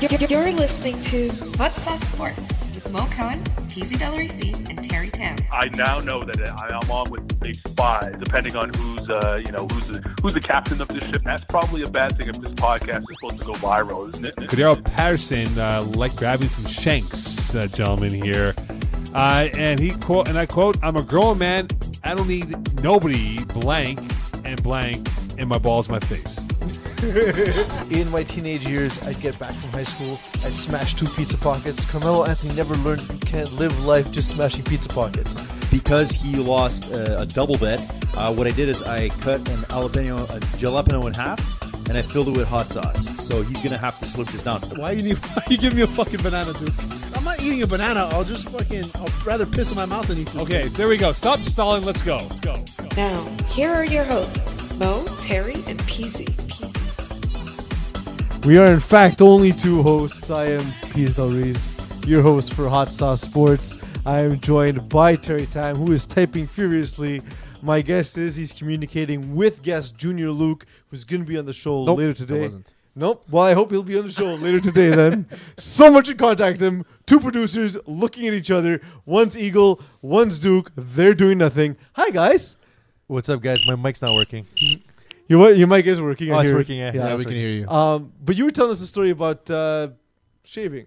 You're, you're listening to What's Sauce Sports with Mo Cohen, PZ Del Risi, and Terry Tam. I now know that I- I'm on with a spy. Depending on who's, uh, you know, who's the, who's the captain of this ship, that's probably a bad thing if this podcast is supposed to go viral, isn't it? Cordero Patterson uh, like grabbing some shanks, uh, gentlemen here, uh, and he quote and I quote: "I'm a grown man. I don't need nobody blank and blank in my balls, my face." In my teenage years, I'd get back from high school, I'd smash two pizza pockets. Carmelo Anthony never learned you can't live life just smashing pizza pockets. because he lost uh, a double bet, uh, what I did is I cut an jalapeno, a jalapeno in half, and I filled it with hot sauce. So he's gonna have to slurp this down. Why you need? Why you give me a fucking banana, dude? I'm not eating a banana. I'll just fucking. I'll rather piss in my mouth than eat this. Okay, so there we go. Stop stalling. Let's go. Let's go. Let's go. Now, here are your hosts, Mo, Terry, and PZ. PZ. We are, in fact, only two hosts. I am Piz Del Reese, your host for Hot Sauce Sports. I am joined by Terry Time, who is typing furiously. My guess is he's communicating with guest Junior Luke, who's going to be on the show Nope, later I today. wasn't. Nope. Well, I hope he'll be on the show later today then. Someone should contact him. Two producers looking at each other. One's Eagle, one's Duke. They're doing nothing. Hi, guys. What's up, guys? My mic's not working. Your, what- your mic is working. Oh, I it's hear it. working, yeah. Yeah, we it's can working. hear you. Uh, Um, but you were telling us a story about uh, shaving.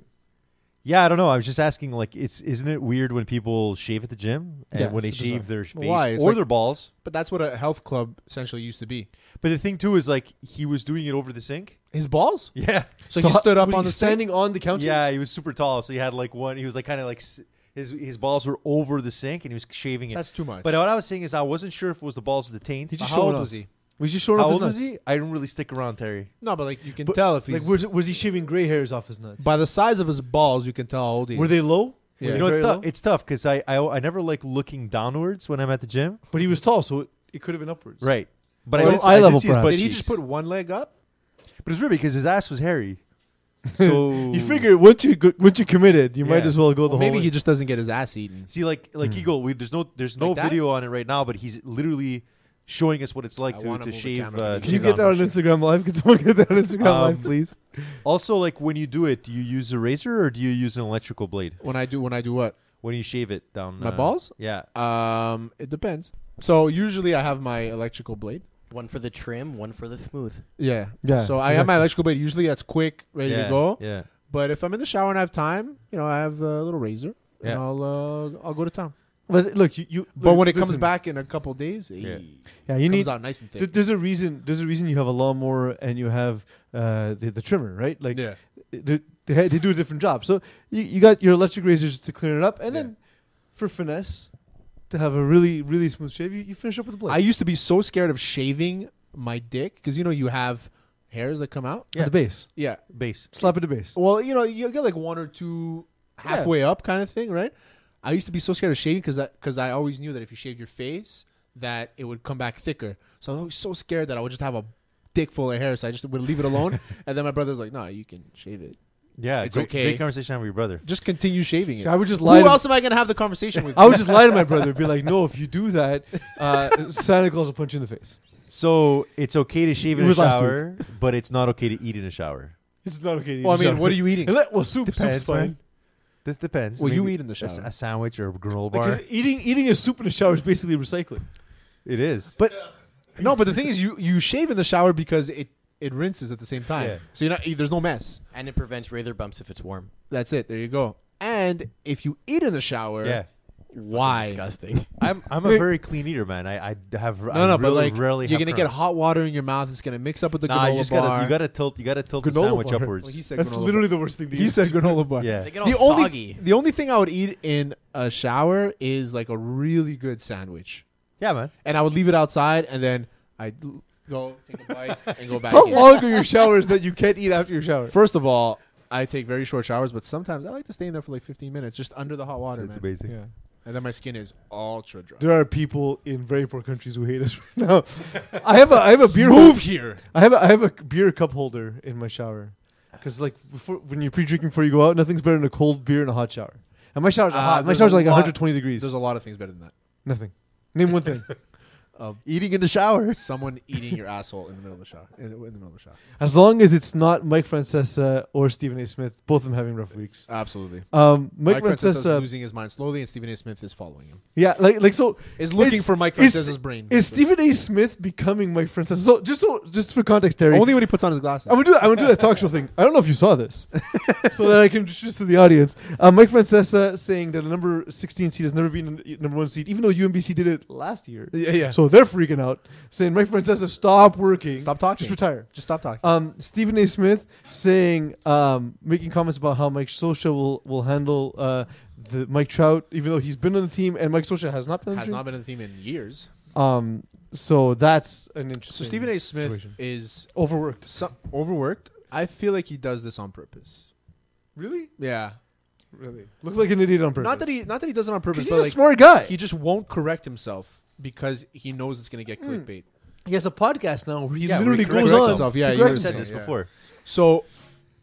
Yeah, I don't know. I was just asking, like, it's isn't it weird when people shave at the gym and Yeah, when they it's bizarre. shave their face Why? It's or like- their balls? But that's what a health club essentially used to be. But the thing too is, like, he was doing it over the sink. His balls. Yeah, So, he stood up was on he the sink? standing on the counter. yeah. He was super tall, so he had like one. He was like kind of like s- his his balls were over the sink, and he was shaving it. That's too much. But what I was saying is, I wasn't sure if it was the balls of the taint. Did you But show how old off? was he? Was he showing How off his old nuts? was he? I didn't really stick around, Terry. No, but like you can But- tell if Like he's was, was he shaving gray hairs off his nuts? by the size of his balls, you can tell how old he is. Were they low? Yeah. Were they you know, it's very tough. low? It's tough because I, I I never like looking downwards when I'm at the gym. But he was tall, so it, it could have been upwards. Right. But Or I did, eye I did level, see his perhaps. butt Did he cheeks. just put one leg up? But it's weird because his ass was hairy. So You figure once you go, once you committed, you might Yeah. as well go Or the whole. maybe way. he just doesn't get his ass eaten. see like like Eagle. We, there's no there's no Like that? video on it right now, but he's literally showing us what it's like I to, wanna to move the shave. camera Uh, to Can you shave get that on. on Instagram Live? Can someone get that on Instagram Live, Um, please? Also, like when you do it, do you use a razor or do you use an electrical blade When I do, when I do what? when you shave it down? My uh, balls? Yeah. Um, it depends. So usually I have my electrical blade. One for the trim, one for the smooth. Yeah. Yeah, So I have my electrical blade. Usually that's quick, ready yeah, to go. Yeah. But if I'm in the shower and I have time, you know, I have a little razor and Yeah. I'll uh, I'll go to town. But look, you. you But look, when it comes listen. back in a couple days, it Yeah. yeah, you comes need. out nice and thick. th- There's a reason. There's a reason you have a lawnmower and you have uh, the the trimmer, right? Like yeah. they, they, had- they do a different job. So you, you got your electric razors to clean it up, and then for finesse to have a really really smooth shave, you, you finish up with a blade. I used to be so scared of shaving my dick because you know you have hairs that come out. At the base, Yeah. Base. slap at the base. Well, you know, you get like one or two halfway up kind of thing, right? I used to be so scared of shaving because because I, always knew that if you shaved your face, that it would come back thicker. So I was always so scared that I would just have a dick full of hair, so I just would leave it alone. and then my brother's like, "No, you can shave it. Yeah. It's great, okay. Great conversation to have with your brother. Just continue shaving it." See, I would just lie. Who To, else am I gonna have the conversation with? I would just lie to my brother, be like, "No, if you do that, uh, Santa Claus will punch you in the face." So it's okay to shave It in a was last shower, but it's not okay to eat in a shower. It's not okay. Well, I mean, what are you eating? And let- well, soup, Depends, soup's fine. man. This depends. Well, you Maybe eat in the a s- shower. A, sandwich or a granola bar. Like, 'cause eating eating a soup in the shower is basically recycling. it is. But no, but the thing is, you you shave in the shower because it it rinses at the same time. Yeah. So you're not there's no mess. And it prevents razor bumps if it's warm. That's it. There you go. And if you eat in the shower, yeah. why? Disgusting. I'm I'm a very clean eater, man. I I have No, no, I but really, like rarely you're have gonna get cramps. hot water in your mouth. It's gonna mix up with the Nah, granola you just bar. gotta you gotta tilt you gotta tilt the Granola sandwich bar. upwards. Well, he said That's granola literally the worst thing to Bar. He eat. said granola bar. yeah, They get all The only soggy. the only thing I would eat in a shower is like a really good sandwich, yeah, man. and I would leave it outside, and then I would go take a bite and go back. How in. long are your showers that you can't eat after your shower? First of all, I take very short showers, but sometimes I like to stay in there for like 15 minutes, just under the hot water, It's man. amazing. Yeah. And then my skin is ultra dry. There are people in very poor countries who hate us right now. I have a I have a beer hol- Move here. I have a, I have a beer cup holder in my shower because like before when you're pre-drinking before you go out, nothing's better than a cold beer in a hot shower. And my showers are Ah, hot. My there's showers a are like lot- 120 degrees. There's a lot of things better than that. Nothing. Name one thing. Um, of Eating in the shower. someone eating your asshole in the middle of the shower. In, in the middle of the shower. As long as it's not Mike Francesa or Stephen A. Smith, both of them having rough weeks. Absolutely. Um, Mike, Mike, Francesa's Francesa, losing his mind slowly, and Stephen A. Smith is following him. yeah, like like so, Is looking for Mike is- Francesa's brain. Is Stephen A. Smith becoming Mike Francesa? So just so just for context, Terry, only when he puts on his glasses? I would do I would do that talk show thing. I don't know if you saw this, so that I can introduce to the audience. Uh, Mike Francesa saying that a number sixteen seed has never been a number one seed, even though UMBC did it last year. yeah, yeah. So they're freaking out, saying Mike Francesa, stop working, Stop talking. just retire. Just stop talking. Um, Stephen A. Smith saying, um, making comments about how Mike Sosha will will handle uh, the Mike Trout, even though he's been on the team and Mike Sosha has not been. on the Has team. not been in the team in years. Um, so that's an So interesting. Stephen A. Smith situation. is overworked. some, overworked. I feel like he does this on purpose. Really, Yeah. really looks like an idiot on purpose. Not that he not that he does it on purpose, Because but he's a like smart guy. he just won't correct himself because he knows it's gonna get Hmm. clickbait. He has a podcast now where he Yeah, literally where he goes corrects on. himself. Yeah, to you correct already said himself. this before. So,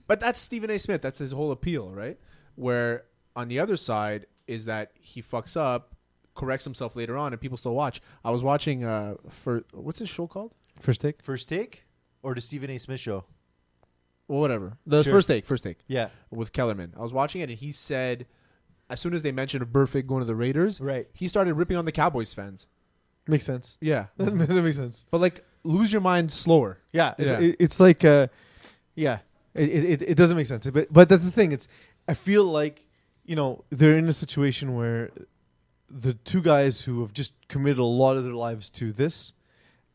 but that's Stephen A. Smith. That's his whole appeal, right? Where on the other side is that he fucks up, corrects himself later on, and people still watch. I was watching uh for what's his show called? First take. First take or the Stephen A. Smith show? Well, whatever. The Sure. first take, first take Yeah. with Kellerman. I was watching it, and he said, as soon as they mentioned Burfict going to the Raiders, Right. he started ripping on the Cowboys fans. Makes sense. Yeah, that makes sense. but like lose your mind slower. Yeah, it's, Yeah. It, it's like, uh, yeah, it, it, it- it doesn't make sense. But but that's the thing. It's I feel like you know they're in a situation where the two guys who have just committed a lot of their lives to this,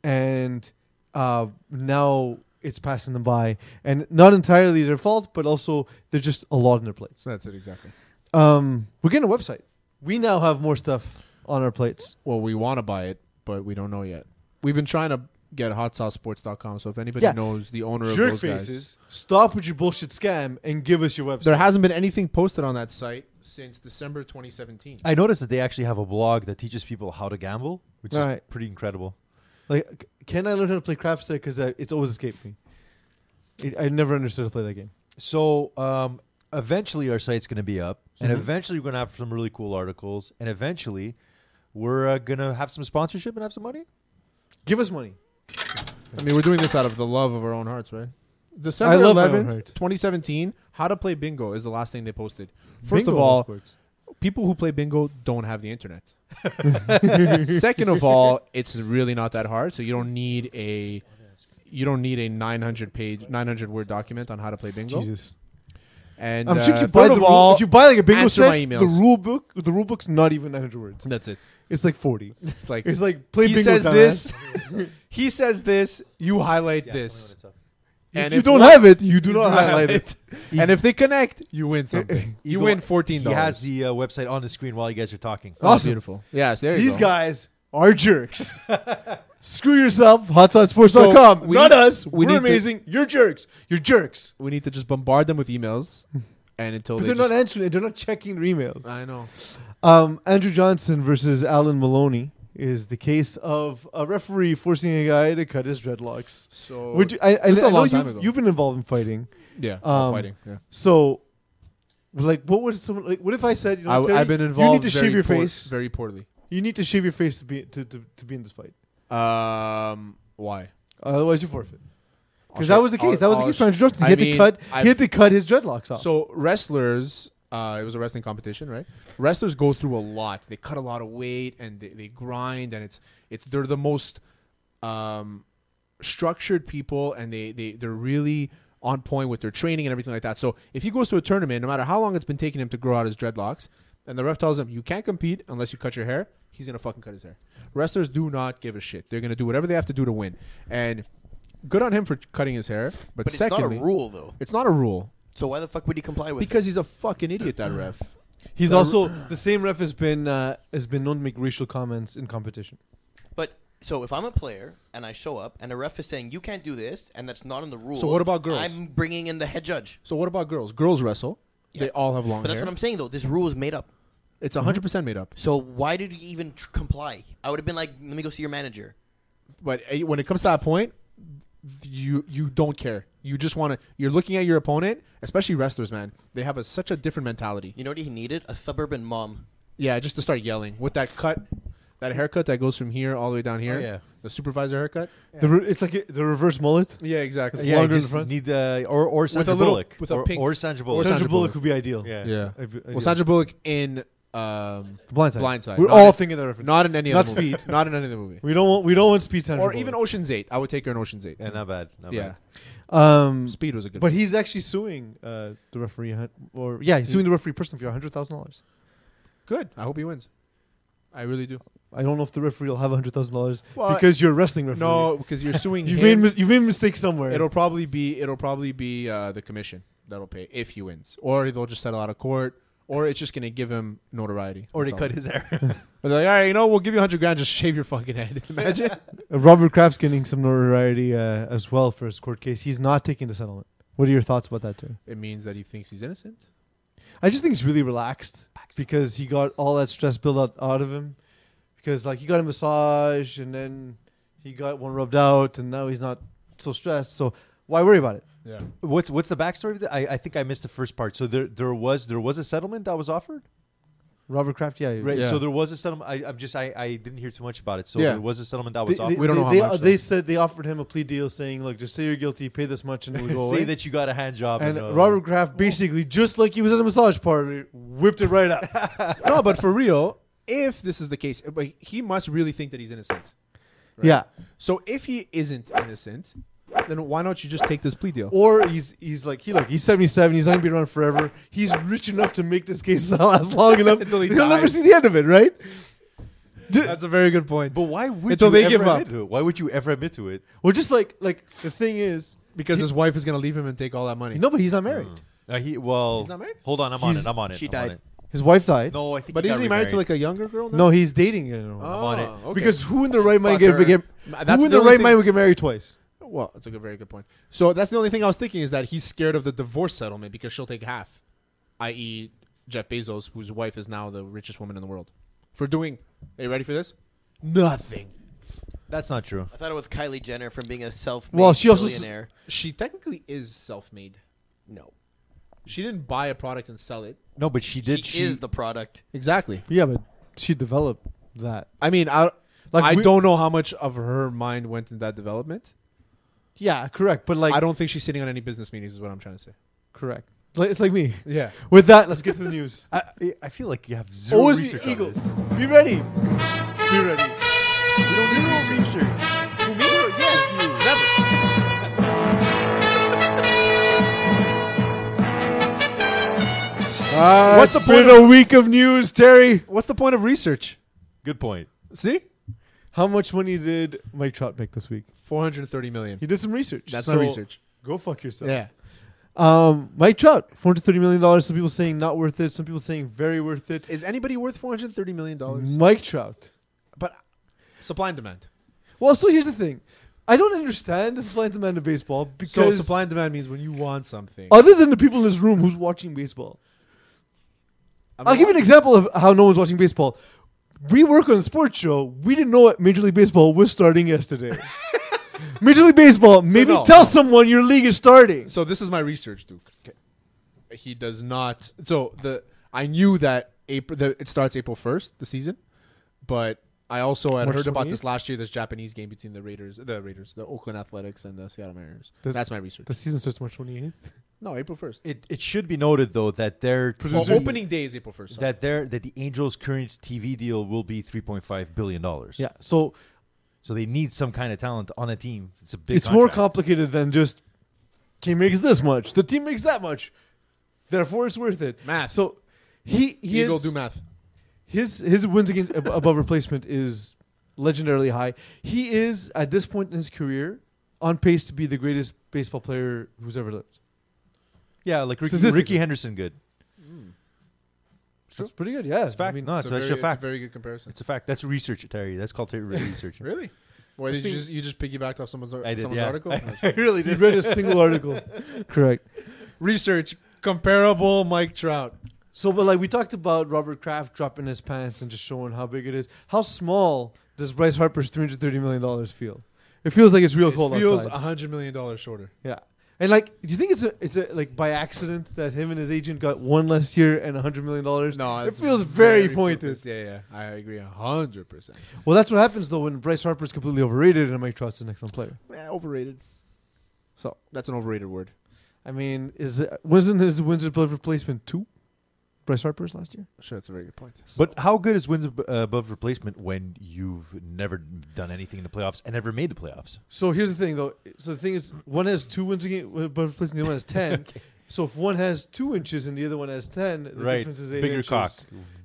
and uh, now it's passing them by, and not entirely their fault, but also they're just a lot on their plates. So that's it exactly. Um, we're getting a website. We now have more stuff on our plates. Well, we want to buy it, but we don't know yet. We've been trying to get hotsaucesports.com. So if anybody Yeah. knows the owner Jerk of those faces, guys, stop with your bullshit scam and give us your website. there hasn't been anything posted on that site since December 2017. I noticed that they actually have a blog that teaches people how to gamble, which is Right. pretty incredible. like, c- can I learn how to play craps there? Because uh, it's always escaped me. It, I never understood how to play that game. So um, eventually, our site's going to be up, and eventually, we're going to have some really cool articles, and eventually, we're uh, going to have some sponsorship and have some money. Give us money. I mean, we're doing this out of the love of our own hearts, right? December love my own 11th, heart. 2017, how to play bingo is the last thing they posted. First Bingo of all, sports. people who play bingo don't have the internet. Second of all, it's really not that hard, so you don't need a you don't need a 900 page 900 word document on how to play bingo. Jesus. And I'm sure uh, if you buy third the of rule, all, if you buy like a bingo answer set, my emails. the rule book, the rule book's not even 900 words. that's it. It's like 40. It's like It's like play he bingo. says dumbass. this, he says this, you highlight this, If and you if don't one- have it, you do not do not highlight have it. and if they connect, you win something. you Eagle- win fourteen He dollars. has the uh, website on the screen while you guys are talking. Awesome. beautiful. Yes, there you These go. guys are jerks. Screw yourself, hotsaucesports.com. So, we Not need- us. we We're need to- amazing. You're jerks. You're jerks. We need to just bombard them with emails, and until But they they're not just- answering it. They're not checking their emails. I know. Um, Andrew Johnson versus Alan Maloney is the case of a referee forcing a guy to cut his dreadlocks. So Would you, I, I, This is a I know long time you've, ago. you've been involved in fighting. yeah, um, fighting. Yeah. So, like, what would someone like? What if I said, you know, I, Terry, have been involved. You need to very shave your poor- face. very poorly. You need to shave your face to be to, to, to be in this fight. Um, why? Otherwise, you forfeit. I'll Because that shave- was the case. I'll- that was I'll the Oh, case sh- for Andrew Johnson. He I had to mean, cut. I've- he had to cut his dreadlocks Oh. off. So wrestlers, uh, it was a wrestling competition, right? Wrestlers go through a lot. They cut a lot of weight and they, they grind, and it's it's they're the most um, structured people, and they they they're really on point with their training and everything like that. So if he goes to a tournament, no matter how long it's been taking him to grow out his dreadlocks, and the ref tells him you can't compete unless you cut your hair, he's gonna fucking cut his hair. Wrestlers do not give a shit. They're gonna do whatever they have to do to win, and. Good on him for cutting his hair, but, But it's not a secondly, rule, though. It's not a rule. So why the fuck would he comply with? Because he's a fucking idiot, that ref. He's also the same ref has been uh, has been known to make racial comments in competition. it? But so if I'm a player and I show up and the ref is saying you can't do this and that's not in the rules. what about girls? I'm bringing in the head judge. So what about girls? Girls wrestle. They Yeah. all have long But that's hair. what I'm saying though. This rule is made up. it's 100 percent made up. So why did he even tr- comply? I would have been like, let me go see your manager. But uh, when it comes to that point, you you don't care. You just want to. You're looking at your opponent, especially wrestlers, man. They have a, such a different mentality. You know what he needed? A suburban mom. Yeah, just to start yelling with that cut. that haircut that goes from here all the way down here. yeah. the supervisor haircut. The re- it's like a, the reverse mullet. Yeah, exactly. It's Yeah, longer in just the front. need the or or Sandra a little- Bullock with a or, pink- or Sandra Or Bullock. Sandra, Sandra Bullock Bullock. would be ideal. yeah. yeah. I- I do. Well, Sandra Bullock in um, The Blind Side. Blind Side. We're Not all in- thinking that reference. not in any Not other movie. Speed. not in any other movie, we don't want we don't want speed Sandra or even Bullock. Ocean's Eight. I would take her in Ocean's Eight. Yeah, not bad. Not yeah, Mm. bad. um Speed was a good. but he's actually suing uh, the referee hun- or yeah, he's suing the referee person for $100,000. good. I hope he wins. I really do. I don't know if the referee will have $100,000 Well, because you're a wrestling referee. No, because you're suing You've made him. mis- you've made a mistake somewhere. It'll probably be it'll probably be uh, the commission that'll pay if he wins, or they'll just settle out of court, or it's just gonna give him notoriety. Or they That's all. cut his hair. But they're like, all right, you know, we'll give you hundred grand, just shave your fucking head. Imagine. Uh, Robert Kraft's getting some notoriety uh, as well for his court case. He's not taking the settlement. What are your thoughts about that, Terry? it means that he thinks he's innocent. I just think he's really relaxed because he got all that stress built out, out of him. Because like he got a massage and then he got one rubbed out and now he's not so stressed. So why worry about it? Yeah. what's what's the backstory of that? I, I think I missed the first part. So there there was there was a settlement that was offered. Robert Kraft, yeah, Right. Yeah. So there was a settlement. I, I'm just I, I didn't hear too much about it. So Yeah. there was a settlement that They, was they, offered. We don't they, know how they, much, uh, though. they said they offered him a plea deal saying, "Look, just say you're guilty, pay this much, and it will go Say away." that you got a hand job. and uh, Robert Kraft basically, just like he was at a massage parlor, whipped it right out. no, but for real, if this is the case, but he must really think that he's innocent. Yeah, So if he isn't innocent, then why don't you just take this plea deal? or he's he's like he look he's 77 he's not gonna be around forever he's rich enough to make this case last long enough Until he he'll never dies. see the end of it right That's a very good point. But why would Until you they ever give admit up. to it? Why would you ever admit to it? well just like like the thing is Because his Hmm. wife is gonna leave him and take all that money. no but he's not married Uh, he well, not married? hold on, I'm on He's- it. I'm on it. She I'm on died. it. his wife died No, I think. But he got isn't he married to remarried. like a younger girl now? no he's dating you know. Oh, on it. okay. because who in the right mind get, Fucker. get that's who in the the only right thing- mind would get married twice Well, that's a good, very good point. So that's the only thing I was thinking is that he's scared of the divorce settlement because she'll take half, i.e., Jeff Bezos, whose wife is now the richest woman in the world, for doing. Are you ready for this? Nothing. That's not true. I thought it was Kylie Jenner from being a self-made Well, she also s- billionaire. She technically is self-made. no, She didn't buy a product and sell it. No, but she she, did. She, is the product. Exactly. yeah but she developed that I mean, I Like, like. I we- don't know how much of her mind went in that development. yeah correct but like I don't think she's sitting on any business meetings. Is what I'm trying to say. correct It's like- it's like me Yeah. with that let's get to the news I, I feel like you have zero always be research on eagles this. be ready be ready You don't do research. What's the point of Uh, a week of news, Terry? What's the point of research? Good point. See, How much money did Mike Trout make this week? four hundred thirty million. He did some research. That's so uh, not research. Go fuck yourself. Yeah. Um, Mike Trout, four hundred thirty million dollars. Some people saying not worth it. Some people saying very worth it. Is anybody worth four hundred thirty million dollars? Mike Trout. But supply and demand. Well, so here's the thing. I don't understand the supply and demand of baseball because So supply and demand means when you want something. other than the people in this room who's watching baseball, I mean, I'll give you an example of how no one's watching baseball. We work on a sports show. We didn't know what Major League Baseball was starting yesterday. Major League Baseball, maybe no, tell no. someone your league is starting. So this is my research, Duke. He does not. So the I knew that April the, it starts April first the season, but I also had March heard about 28th? this last year. This Japanese game between the Raiders, the Raiders, the Oakland Athletics, and the Seattle Mariners. Does- That's my research. The season starts March 28th. no, April first. It, it should be noted though that their Well, TV opening day is April first. that their that the Angels' current TV deal will be three point five billion dollars. Yeah. So So they need some kind of talent on a team. It's a big. it's more contract. complicated than just team makes this much, the team makes that much. Therefore, it's worth it. Math. So he he Eagle is, do math. his his wins against ab- above replacement is legendarily high. He is at this point in his career on pace to be the greatest baseball player who's ever lived. Yeah, like Ricky, Statistically. Ricky Henderson. Good. That's pretty good. Yeah. It's fact. No, It's it's, a very, actually it's a a fact. very good comparison. It's a fact. That's research, Terry. That's called Terry research. Really? Why This did you thing- just you just piggybacked off someone's, I did, someone's yeah. article? No, I really did read a single article. Correct. Research comparable Mike Trout. So, but like we talked about Robert Kraft dropping his pants and just showing how big it is. How small does Bryce Harper's three hundred thirty million dollars feel? It feels like it's real cold feels outside. hundred million dollars shorter. yeah, And like, do you think it's a it's a like by accident that him and his agent got one less year and a hundred million dollars? No, it it's feels very, pointed. purpose- Yeah, yeah, I agree hundred percent. Well, that's what happens though when Bryce Harper's completely overrated and Mike Trout's an excellent player. Overrated. So That's an overrated word. I mean, is it, wasn't his wins above replacement two? Bryce Harper's last year. Sure, that's a very good point. But how good is wins ab- uh, above replacement when you've never done anything in the playoffs and never made the playoffs? So here's the thing, though. So the thing is, one has two wins a game, uh, but replacing the other one has ten. So if one has two inches and the other one has ten, the right, difference is eight bigger inches. cock.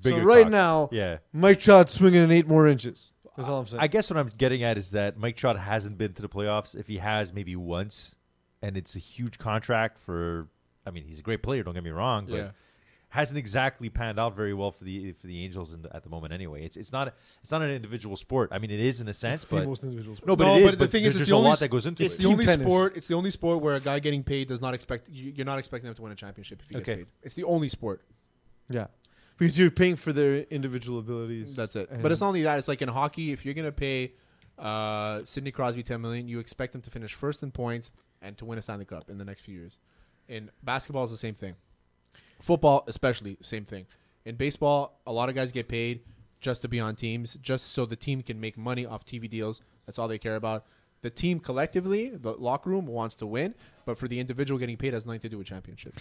Bigger so right cock. now, yeah. Mike Trout's swinging in eight more inches. That's all I'm saying. I guess what I'm getting at is that Mike Trout hasn't been to the playoffs. If he has, maybe once, and it's a huge contract for. I mean, he's a great player. Don't get me wrong, but Yeah. hasn't exactly panned out very well for the for the Angels in the, at the moment. Anyway, it's it's not it's not an individual sport. I mean, it is in a sense, It's the but most individual sport. no, but No, it is. but the thing is, it's there's just the a only lot s- that goes into It's it. the only Team tennis. sport. It's the only sport where a guy getting paid does not expect you, you're not expecting them to win a championship if he gets Okay. paid. It's the only sport. Yeah, because you're paying for their individual abilities. That's it. And- But it's not only that. It's like in hockey, if you're gonna pay uh, Sidney Crosby ten million, you expect him to finish first in points and to win a Stanley Cup in the next few years. In basketball, is the same thing. Football, especially, same thing. In baseball, a lot of guys get paid just to be on teams, just so the team can make money off TV deals. That's all they care about. The team collectively, the locker room wants to win, but for the individual getting paid has nothing to do with championship.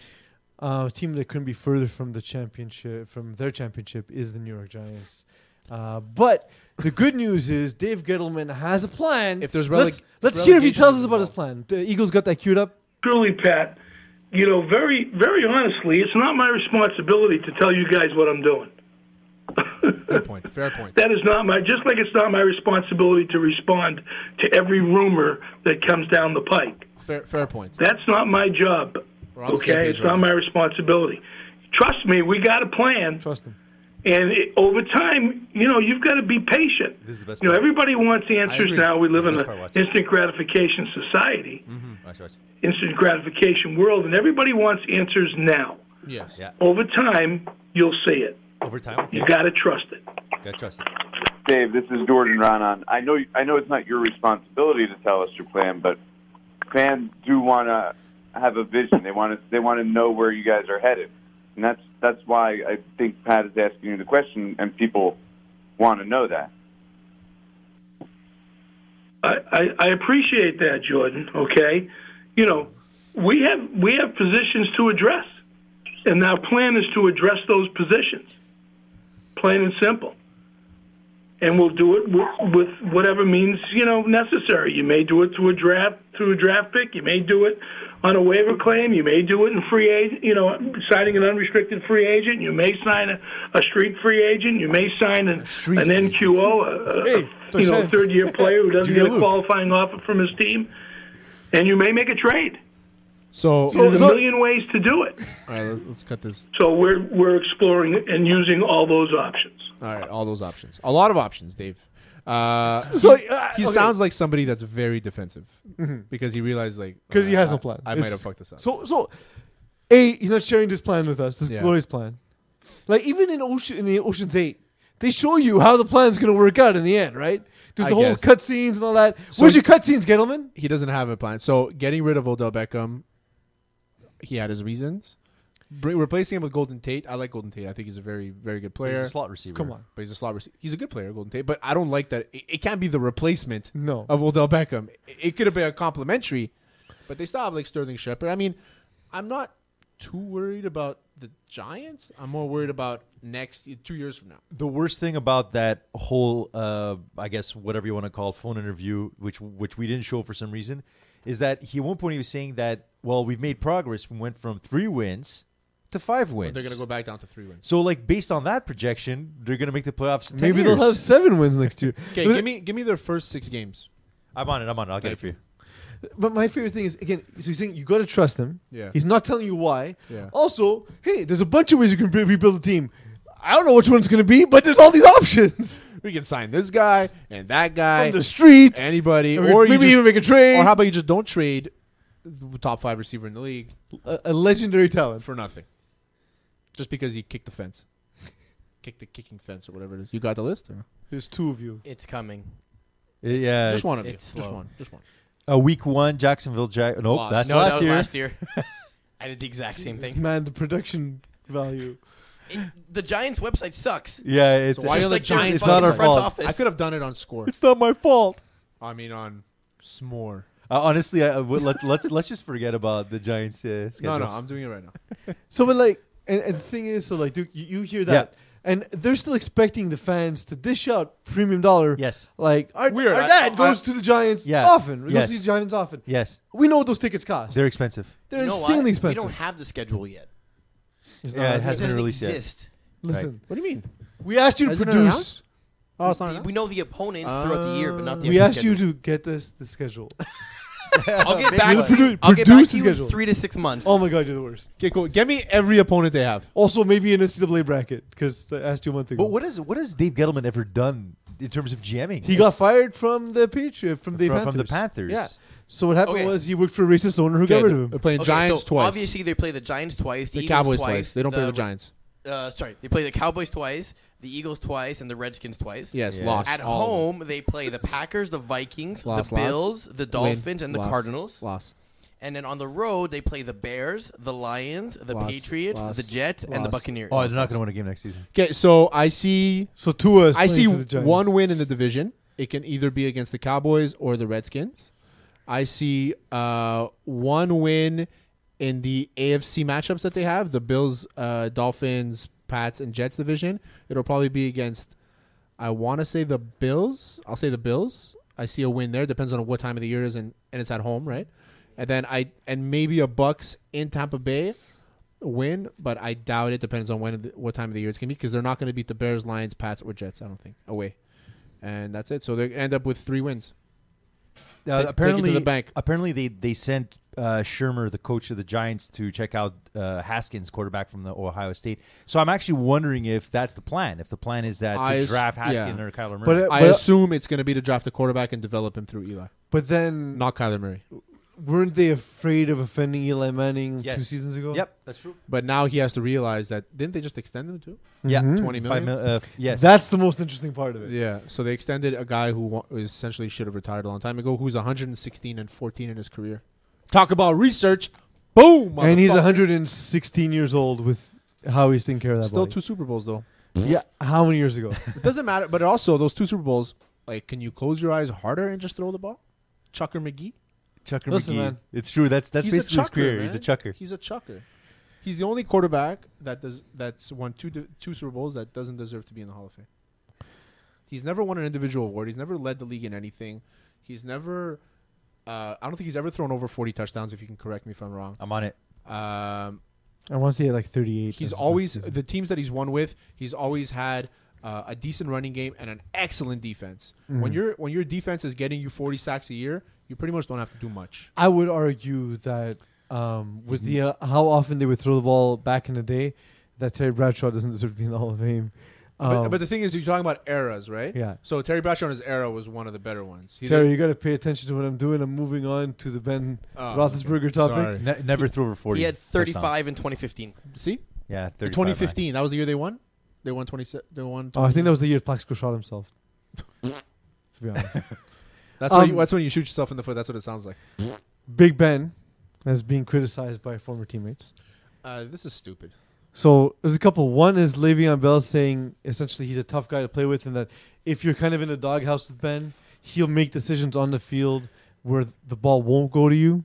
Uh, a team that couldn't be further from the championship, from their championship, is the New York Giants. Uh, but the good news is Dave Gettleman has a plan. If there's releg- let's, let's hear if he relegation tells us about his involved. plan. The Eagles got that queued up. truly, Pat, you know, very, very honestly, it's not my responsibility to tell you guys what I'm doing. Good point. Fair point. That is not my, just like it's not my responsibility to respond to every rumor that comes down the pike. Fair, fair point. That's not my job. We're on the same Okay, page it's right not now. my responsibility. Trust me, we got a plan. Trust him. And it, over time, you know, you've got to be patient. This is the best you know, part. everybody wants answers agree. now. We live This in is the best part, an watch it. instant gratification society, Watch, watch. instant gratification world, and everybody wants answers now. Yes. Yeah, Over time, you'll see it. over time, You got to trust it. got trust. it. Dave, this is Jordan Ronan. I know I know it's not your responsibility to tell us your plan, but fans do want to have a vision. They want to they want to know where you guys are headed, and that's that's why I think Pat is asking you the question, and people want to know that. I, I, I appreciate that, Jordan. Okay, you know, we have we have positions to address, and our plan is to address those positions, plain and simple. And we'll do it with, with whatever means you know necessary. You may do it through a draft through a draft pick. You may do it on a waiver claim. You may do it in free agent. You know, signing an unrestricted free agent. You may sign a, a street free agent. You may sign an, street an free NQO, a, a, Hey, you know, makes sense. third year player who doesn't Junior get a Luke. qualifying offer from his team, and you may make a trade. So, There's so- a million ways to do it. all right, let's cut this So we're we're exploring and using all those options. All right, all those options. A lot of options, Dave. Uh, So, he, uh, he okay. sounds like somebody that's very defensive because he realized like Because he uh, has I- no plan. I, might It's- have fucked this up. So, so a he's not sharing this plan with us. This Yeah. glorious plan. Like even in Ocean in the Ocean's Eight, they show you how the plan's gonna work out in the end, right? There's I the whole guess. cutscenes and all that. Where's he- your cutscenes, gentlemen? he doesn't have a plan. So getting rid of Odell Beckham, he had his reasons. Bring, replacing him with Golden Tate, I like Golden Tate. I think he's a very, very good player. He's a slot receiver. Come on. but he's a slot receiver. He's a good player, Golden Tate. But I don't like that. It, it can't be the replacement No. of Odell Beckham. It, it could have been a complimentary, but they still have like Sterling Shepard. I mean, I'm not too worried about the Giants. I'm more worried about next two years from now. the worst thing about that whole uh, I guess whatever you want to call it, phone interview, which which we didn't show for some reason, is that he at one point he was saying that well we've made progress. We went from three wins to five wins. They're gonna go back down to three wins. So like based on that projection, they're gonna make the playoffs. in 10 Maybe they'll have years. seven wins next year. Okay, give me give me their first six games. I'm on it. I'm on it. I'll get Thank it for you. But my favorite thing is again, so he's saying you got to trust him. Yeah. He's not telling you why. Yeah. Also, hey, there's a bunch of ways you can re- rebuild a team. I don't know which one's gonna be, but there's all these options We can sign this guy and that guy, from the street. anybody, And we- or you maybe just- even make a trade. Or how about you just don't trade the top five receiver in the league a, a legendary talent. for nothing, just because he kicked the fence, kicked the kicking fence or whatever it is. You got the list? Or? There's two of you. It's coming. Yeah, just one of you. it's Just slow. one. Just one. Uh, week one, Jacksonville. Jack- nope, Lost. that's no, last that was year. last year. I did the exact same thing. Man, the production value. It- the Giants website sucks. Yeah, it's why it's, are the it's not- Giants it's not fucking our front fault. office? I could have done it on score. It's not my fault. I mean, on s'more. Uh, honestly, I, I would- let, let's let's just forget about the Giants' uh, schedule. No, no, I'm doing it right now. So, but like, and, and the thing is, so like, dude, you, you hear that, and they're still expecting the fans to dish out premium dollar. Yes. Like, our, Weird. our I- dad I- goes to the Giants Yeah. often. He Yes. goes to the Giants often. yes, We know what those tickets cost. They're, they're expensive. You know insanely what? expensive. We don't have the schedule yet. It's Yeah, not- it It hasn't doesn't been released yet. exist. Listen, What do you mean? we asked you to Has it been produce. announced? Oh, it's not. The- enough? we know the opponents throughout the year, but not the We actual asked you schedule. to get us the schedule. I'll get back to produ- you. I'll get back produce to you the in schedule. three to six months. oh my god, you're the worst. Okay, cool. Get me every opponent they have. Also, maybe an NCAA bracket because I asked you one thing. But what is what has Dave Gettleman ever done in terms of GMing? He got fired from the Patriot from the From- Panthers. from the Panthers. Yeah. So what happened Okay. was he worked for a racist owner who got rid of they're him. playing Okay, Giants so twice. Obviously, they play the Giants twice, the, the Eagles Cowboys twice. twice. They don't play the Giants. Uh, sorry, they play the Cowboys twice, the Eagles twice, and the Redskins twice. Yes, Yeah. lost. At All of them. home, they play the Packers, the Vikings, Lost, the lost. Bills, the Dolphins, Win. and the Lost. Cardinals. Lost. And then on the road, they play the Bears, the Lions, the Lost, Patriots, lost, the Jets, and the lost. Buccaneers. Oh, they're not going to win a game next season. Okay, so I see. So Tua is I playing see for the Giants. one win in the division. It can either be against the Cowboys or the Redskins. I see uh, one win in the AFC matchups that they have: the Bills, uh, Dolphins, Pats, and Jets division. It'll probably be against. I want to say the Bills. I'll say the Bills. I see a win there. Depends on what time of the year it is, and, and it's at home, right? And then I and maybe a Bucks in Tampa Bay win, but I doubt it. Depends on when, what time of the year it's gonna be, because they're not gonna beat the Bears, Lions, Pats, or Jets. I don't think away, and that's it. So they end up with three wins. Uh, Take- take it to apparently, the bank. apparently they they sent uh, Shermer, the coach of the Giants, to check out uh, Haskins, quarterback from the Ohio State. So I'm actually wondering if that's the plan. If the plan is that I to s- draft yeah. Haskins or Kyler Murray. But, uh, I but, assume it's gonna be to draft a quarterback and develop him through Eli, but then not Kyler Murray. weren't they afraid of offending Eli Manning Yes. two seasons ago? yep, that's true. But now he has to realize that didn't they just extend him to Yeah, twenty Five million? mil- uh, f- yes, That's the most interesting part of it. Yeah, so they extended a guy who wa- who essentially should have retired a long time ago, who's 116 and 14 in his career. Talk about research, boom! and he's motherfucker. 116 years old with how he's taking care of that still body. two Super Bowls though. yeah. How many years ago? It doesn't matter. But also, those two Super Bowls, like, can you close your eyes harder and just throw the ball? Chucker McGee. Chucker Listen, McGee. man. It's true. That's that's He's a basically his chucker, career. He's a man. chucker. He's a chucker. He's the only quarterback that does that's won two di- two Super Bowls that doesn't deserve to be in the Hall of Fame. He's never won an individual award. He's never led the league in anything. He's never. Uh, I don't think he's ever thrown over 40 touchdowns. If you can correct me if I'm wrong. I'm on it. Um, I want to say like 38. he's That's always the best season. the teams that he's won with. He's always had uh, a decent running game and an excellent defense. Mm-hmm. When your when your defense is getting you forty sacks a year, you pretty much don't have to do much. I would argue that um, with the uh, how often they would throw the ball back in the day, that Terry Bradshaw doesn't deserve to be in the Hall of Fame. Um, Oh. but, but the thing is, you're talking about eras, right? Yeah. So Terry Bradshaw in his era was one of the better ones. He Terry, did- you got to pay attention to what I'm doing. I'm moving on to the Ben Oh, Roethlisberger topic. sorry. Ne- never threw over forty. He had touchdowns. 35 in 2015. see, Yeah, 35 2015. That was the year they won. They won 27. They won. Oh, I think that was the year Plaxico shot himself. to be honest, that's um, when you, that's when you shoot yourself in the foot. That's what it sounds like. Big Ben is being criticized by former teammates. Uh, this is stupid. So there's a couple. One is Le'Veon Bell saying essentially he's a tough guy to play with, and that if you're kind of in a doghouse with Ben, he'll make decisions on the field where the ball won't go to you.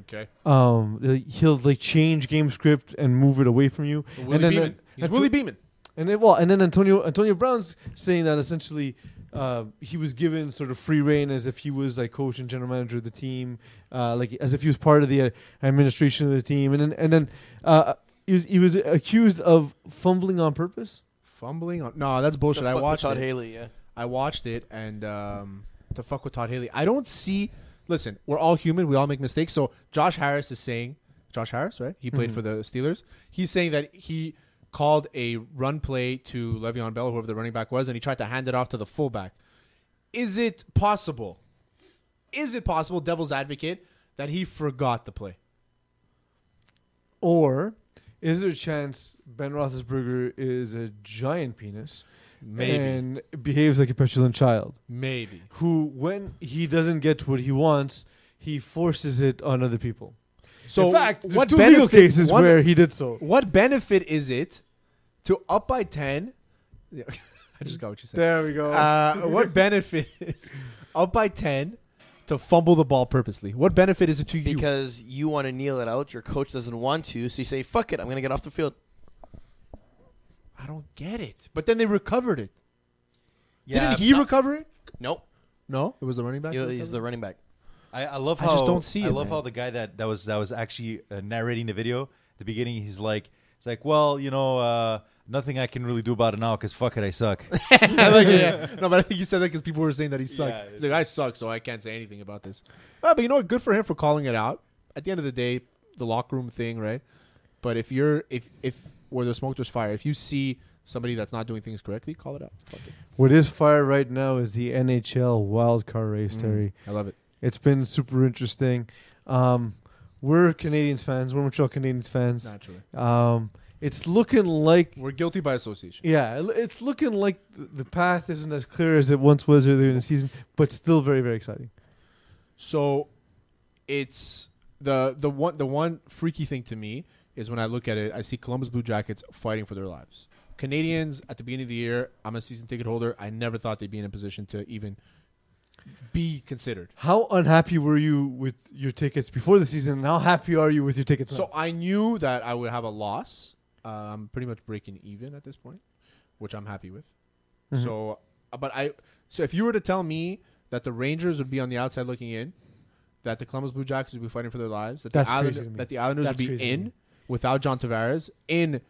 Okay. Um, like, he'll like change game script and move it away from you. Willie and then, uh, Beeman. He's and Willie to- Beeman. and then well, and then Antonio Antonio Brown's saying that essentially uh, he was given sort of free reign as if he was like coach and general manager of the team, uh, like as if he was part of the uh, administration of the team, and then and then uh, he was he was accused of fumbling on purpose. Fumbling on. No, that's bullshit. The I fuck with watched Todd it. Haley, yeah. I watched it and um, to fuck with Todd Haley. I don't see. Listen, we're all human. We all make mistakes. So Josh Harris is saying, Josh Harris, right? He Mm-hmm. played for the Steelers. He's saying that he called a run play to Le'Veon Bell, whoever the running back was, and he tried to hand it off to the fullback. Is it possible? Is it possible, devil's advocate, that he forgot the play? Or is there a chance Ben Roethlisberger is a giant penis Maybe. and behaves like a petulant child Maybe. who, when he doesn't get what he wants, he forces it on other people. So in fact, there's what two legal benefit- cases what- where he did so. What benefit is it to up by 10? Yeah, I just got what you said. There we go. Uh, what benefit is up by 10 to fumble the ball purposely? What benefit is it to you? because you want to kneel it out. Your coach doesn't want to, so you say, "Fuck it, I'm gonna get off the field." I don't get it. But then they recovered it. Yeah, Didn't he recover it? Nope, No, it was the running back. who You- he's recovered the running back. I, I love I how just don't see I it, love man. how the guy that, that was that was actually uh, narrating the video at the beginning. He's like, it's like, well, you know, uh, nothing I can really do about it now because fuck it, I suck. it. I like it, yeah. No, but I think you said that because people were saying that he sucked. Yeah. he's like, I suck, so I can't say anything about this. Ah, but you know what? Good for him for calling it out. At the end of the day, the locker room thing, right? But if you're if if where there's smoke, there's fire. If you see somebody that's not doing things correctly, call it out. Fuck it. What is fire right now is the NHL wildcard race, Terry. I love it. It's been super interesting. Um, we're Canadians fans. We're Montreal Canadians fans. Naturally, Um, it's looking like we're guilty by association. yeah, it- it's looking like th- the path isn't as clear as it once was earlier in the season, but still very very exciting. So it's the the one the one freaky thing to me is when I look at it, I see Columbus Blue Jackets fighting for their lives. Canadians at the beginning of the year, I'm a season ticket holder. I never thought they'd be in a position to even be considered. How unhappy were you with your tickets before the season? And how happy are you with your tickets? So now? I knew that I would have a loss. Uh, I'm pretty much breaking even at this point, which I'm happy with. Mm-hmm. So, uh, but I so if you were to tell me that the Rangers would be on the outside looking in, that the Columbus Blue Jackets would be fighting for their lives, that That's the crazy Islander- to me. that the Islanders That's would crazy be to in me. without John Tavares, in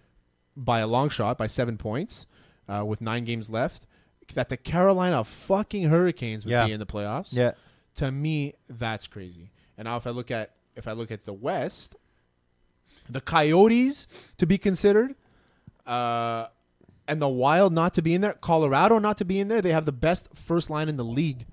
by a long shot by seven points, uh, with nine games left, that the Carolina fucking Hurricanes would Yeah. be in the playoffs yeah, to me that's crazy and now if i look at if i look at the west the coyotes to be considered uh and the wild not to be in there colorado not to be in there they have the best first line in the league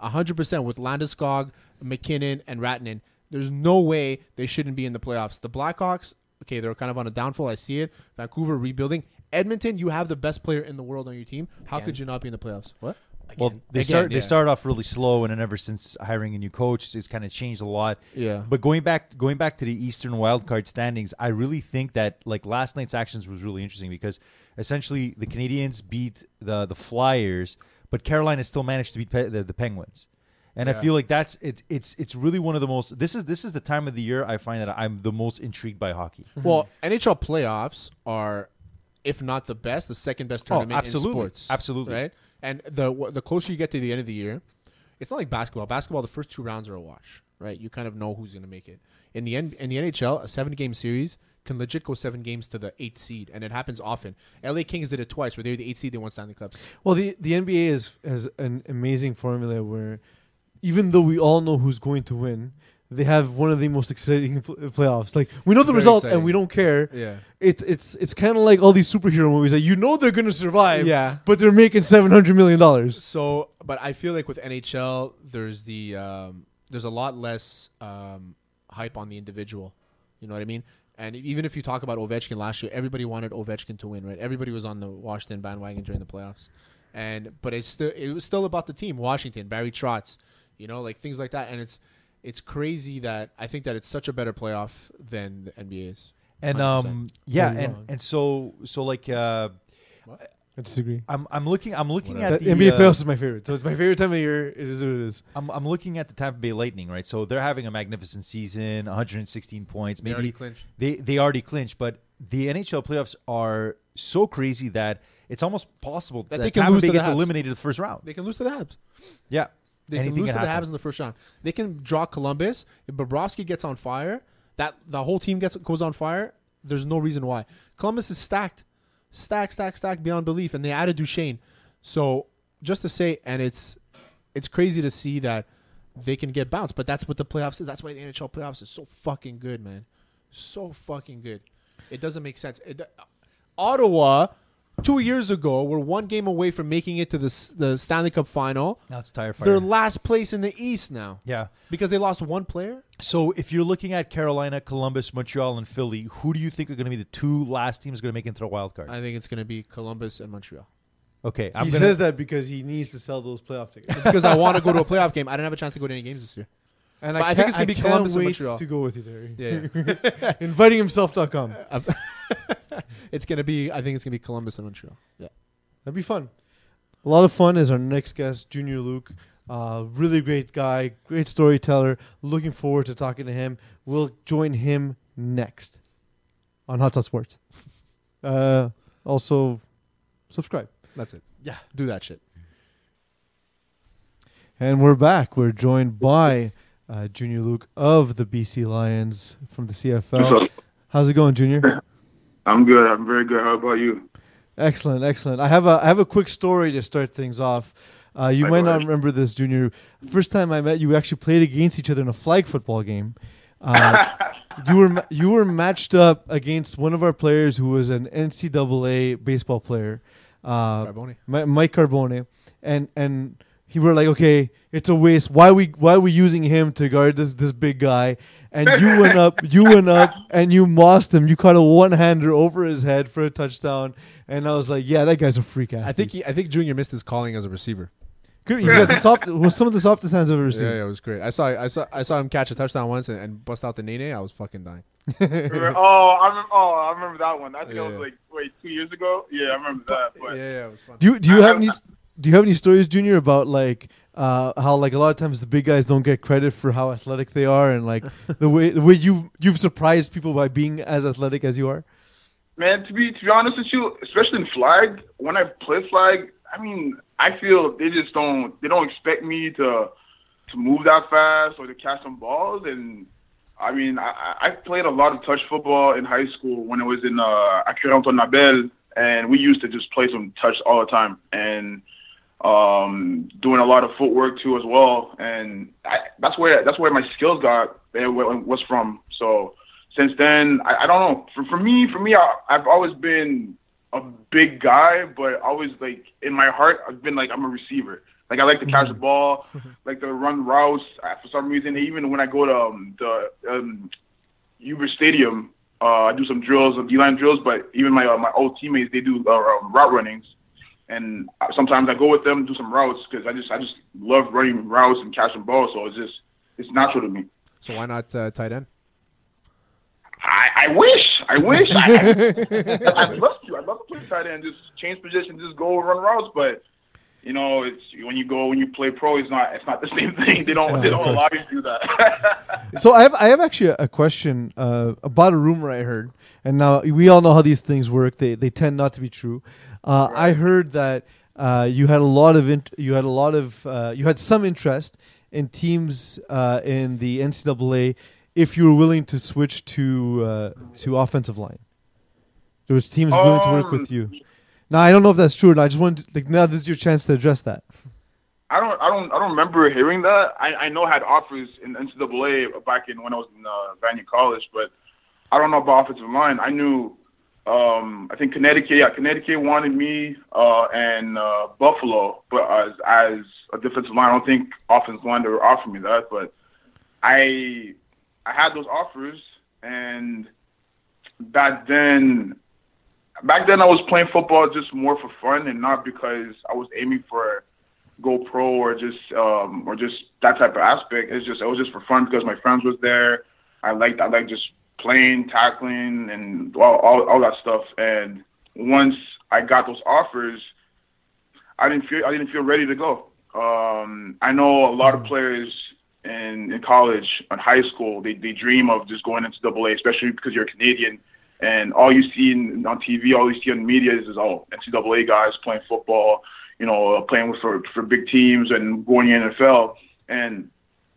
100% with landeskog mckinnon and ratnan there's no way they shouldn't be in the playoffs the blackhawks okay they're kind of on a downfall i see it vancouver rebuilding edmonton you have the best player in the world on your team how could you not be in the playoffs what well, they Again, start yeah. they start off really slow, and then ever since hiring a new coach, it's kind of changed a lot. Yeah. But going back going back to the Eastern wildcard standings, I really think that like last night's actions was really interesting because essentially the Canadians beat the the Flyers, but Carolina still managed to beat pe- the, the Penguins. And I feel like that's it, it's it's really one of the most this is this is the time of the year I find that I'm the most intrigued by hockey. Well, NHL playoffs are, if not the best, the second best tournament Oh, absolutely. in sports. Absolutely. Right? And the wh- the closer you get to the end of the year, it's not like basketball. Basketball, the first two rounds are a wash, right? You kind of know who's going to make it. In the end, in the NHL, a seven game series can legit go seven games to the eighth seed, and it happens often. LA Kings did it twice, where they were the eighth seed, they won Stanley Cup. Well, the the NBA is has an amazing formula where, even though we all know who's going to win, they have one of the most exciting pl- playoffs. Like we know the Very result exciting. and we don't care. Yeah. It's it's it's kind of like all these superhero movies that you know they're going to survive. Yeah. But they're making seven hundred million dollars. So, but I feel like with NHL, there's the um, there's a lot less um, hype on the individual. You know what I mean? And e, even if you talk about Ovechkin last year, everybody wanted Ovechkin to win, right? Everybody was on the Washington bandwagon during the playoffs, and but it's still it was still about the team, Washington, Barry Trotz, you know, like things like that. And it's it's crazy that I think that it's such a better playoff than the NBA is. And 100%. um yeah, Very and, wrong. and so so like uh I disagree. I'm I'm looking I'm looking The at the NBA uh, playoffs is my favorite. So it's my favorite time of year. It is what it is. I'm, I'm looking at the Tampa Bay Lightning, right? So they're having a magnificent season, 116 points. Maybe already clinched. They they already clinched, but the NHL playoffs are so crazy that it's almost possible that, That they can Tampa lose Bay to the gets Habs. eliminated the first round. They can lose to the Habs. yeah, They Anything can lose to the happen. Habs in the first round. They can draw Columbus. If Bobrovsky gets on fire, that the whole team gets goes on fire. There's no reason why. Columbus is stacked, stacked, stacked, stacked beyond belief, and they added Duchesne. So just to say, and it's it's crazy to see that they can get bounced, but that's what the playoffs is. That's why the NHL playoffs is so fucking good, man. So fucking good. It doesn't make sense. It, Ottawa, two years ago, were one game away from making it to the s- the Stanley Cup final. Now it's tire fire. They're last place in the East now. yeah. Because they lost one player? So if you're looking at Carolina, Columbus, Montreal, and Philly, who do you think are going to be the two last teams going to make it into the wild card? I think it's going to be Columbus and Montreal. okay, I'm he gonna, says that because he needs to sell those playoff tickets. Because I want to go to a playoff game. I didn't have a chance to go to any games this year. And But I, I think it's gonna be can't Columbus and wait Montreal. to go with you, Terry. Yeah, Invitinghimself.com. it's gonna be. I think it's gonna be Columbus and Montreal. Yeah, That'd be fun. A lot of fun is our next guest, Junior Luke. Uh, really great guy, great storyteller. Looking forward to talking to him. We'll join him next on Hot Sauce Sports. Uh, also, subscribe. that's it. Yeah, do that shit. And we're back. We're joined by uh, Junior Luke of the BC Lions from the CFL. How's it going, Junior? I'm good. I'm very good. How about you? Excellent, excellent. I have a I have a quick story to start things off. Uh, you might not Likewise. remember this, Junior. First time I met you, we actually played against each other in a flag football game. Uh, you were ma- you were matched up against one of our players who was an NCAA baseball player, uh, Carbone. Mi- Mike Carbone, and and he were like, okay, it's a waste. Why we why are we using him to guard this this big guy? And you went up, you went up, and you mossed him. You caught a one hander over his head for a touchdown, and I was like, yeah, that guy's a freak athlete. I think he, I think Junior missed his calling as a receiver. Good- he's got the soft, well, some of the softest hands I've ever seen. Yeah, yeah, it was great. I saw I saw I saw him catch a touchdown once and, and bust out the nene. I was fucking dying. oh, I remember, oh, I remember that one. I think that Yeah. was like wait two years ago. Yeah, I remember that. But yeah, it was fun. Do you do you have any do you have any stories, Junior, about like uh, how like a lot of times the big guys don't get credit for how athletic they are, and like the way the way you you've surprised people by being as athletic as you are. man, to be to be honest with you, especially in flag, when I play flag, I mean, I feel they just don't they don't expect me to to move that fast or to catch some balls. And I mean, I, I- I played a lot of touch football in high school when I was in uh, Accuranto Nabel, and we used to just play some touch all the time and um, doing a lot of footwork too as well. And I, that's where that's where my skills got and wh- was from. So since then, I, I don't know. For, for me, for me, I, I've always been a big guy, but always like in my heart, I've been like I'm a receiver. Like I like to catch the ball, like to run routes. I, for some reason, even when I go to um, the um, Uber Stadium, uh, I do some drills, D line drills. But even my uh, my old teammates, they do uh, um, route runnings, and I- sometimes I go with them do some routes because I just I just love running routes and catching balls. So it's just it's natural to me. So why not uh, tight end? I, I wish. I wish. I, I, I'd love to. I'd love to play tight end, just change position, just go run routes. But you know, it's when you go when you play pro, it's not it's not the same thing. They don't they don't allow you to do that. So I have I have actually a question uh, about a rumor I heard, and now we all know how these things work. They they tend not to be true. Uh, I heard that uh, you had a lot of int- you had a lot of uh, you had some interest in teams uh, in the NCAA if you were willing to switch to uh, to offensive line. There was teams willing to work with you. Now I don't know if that's true, or not. I just wanted to, like now this is your chance to address that. I don't, I don't, I don't remember hearing that. I, I know I had offers in NCAA back in when I was in uh, Vanier College, but I don't know about offensive line. I knew, um, I think Connecticut, yeah, Connecticut wanted me, uh, and uh, Buffalo, but as as a defensive line, I don't think offensive line they were offering me that. But I, I had those offers, and back then, back then I was playing football just more for fun and not because I was aiming for go pro or just um or just that type of aspect. It's just it was just for fun because my friends was there. I liked I liked just playing, tackling, and all all, all that stuff. And once I got those offers, I didn't feel I didn't feel ready to go. Um, I know a lot of players in in college, in high school, they they dream of just going into double A, especially because you're Canadian. And all you see in, on TV, all you see on media is, is oh, NCAA guys playing football, you know, uh, playing with for for big teams and going to NFL. And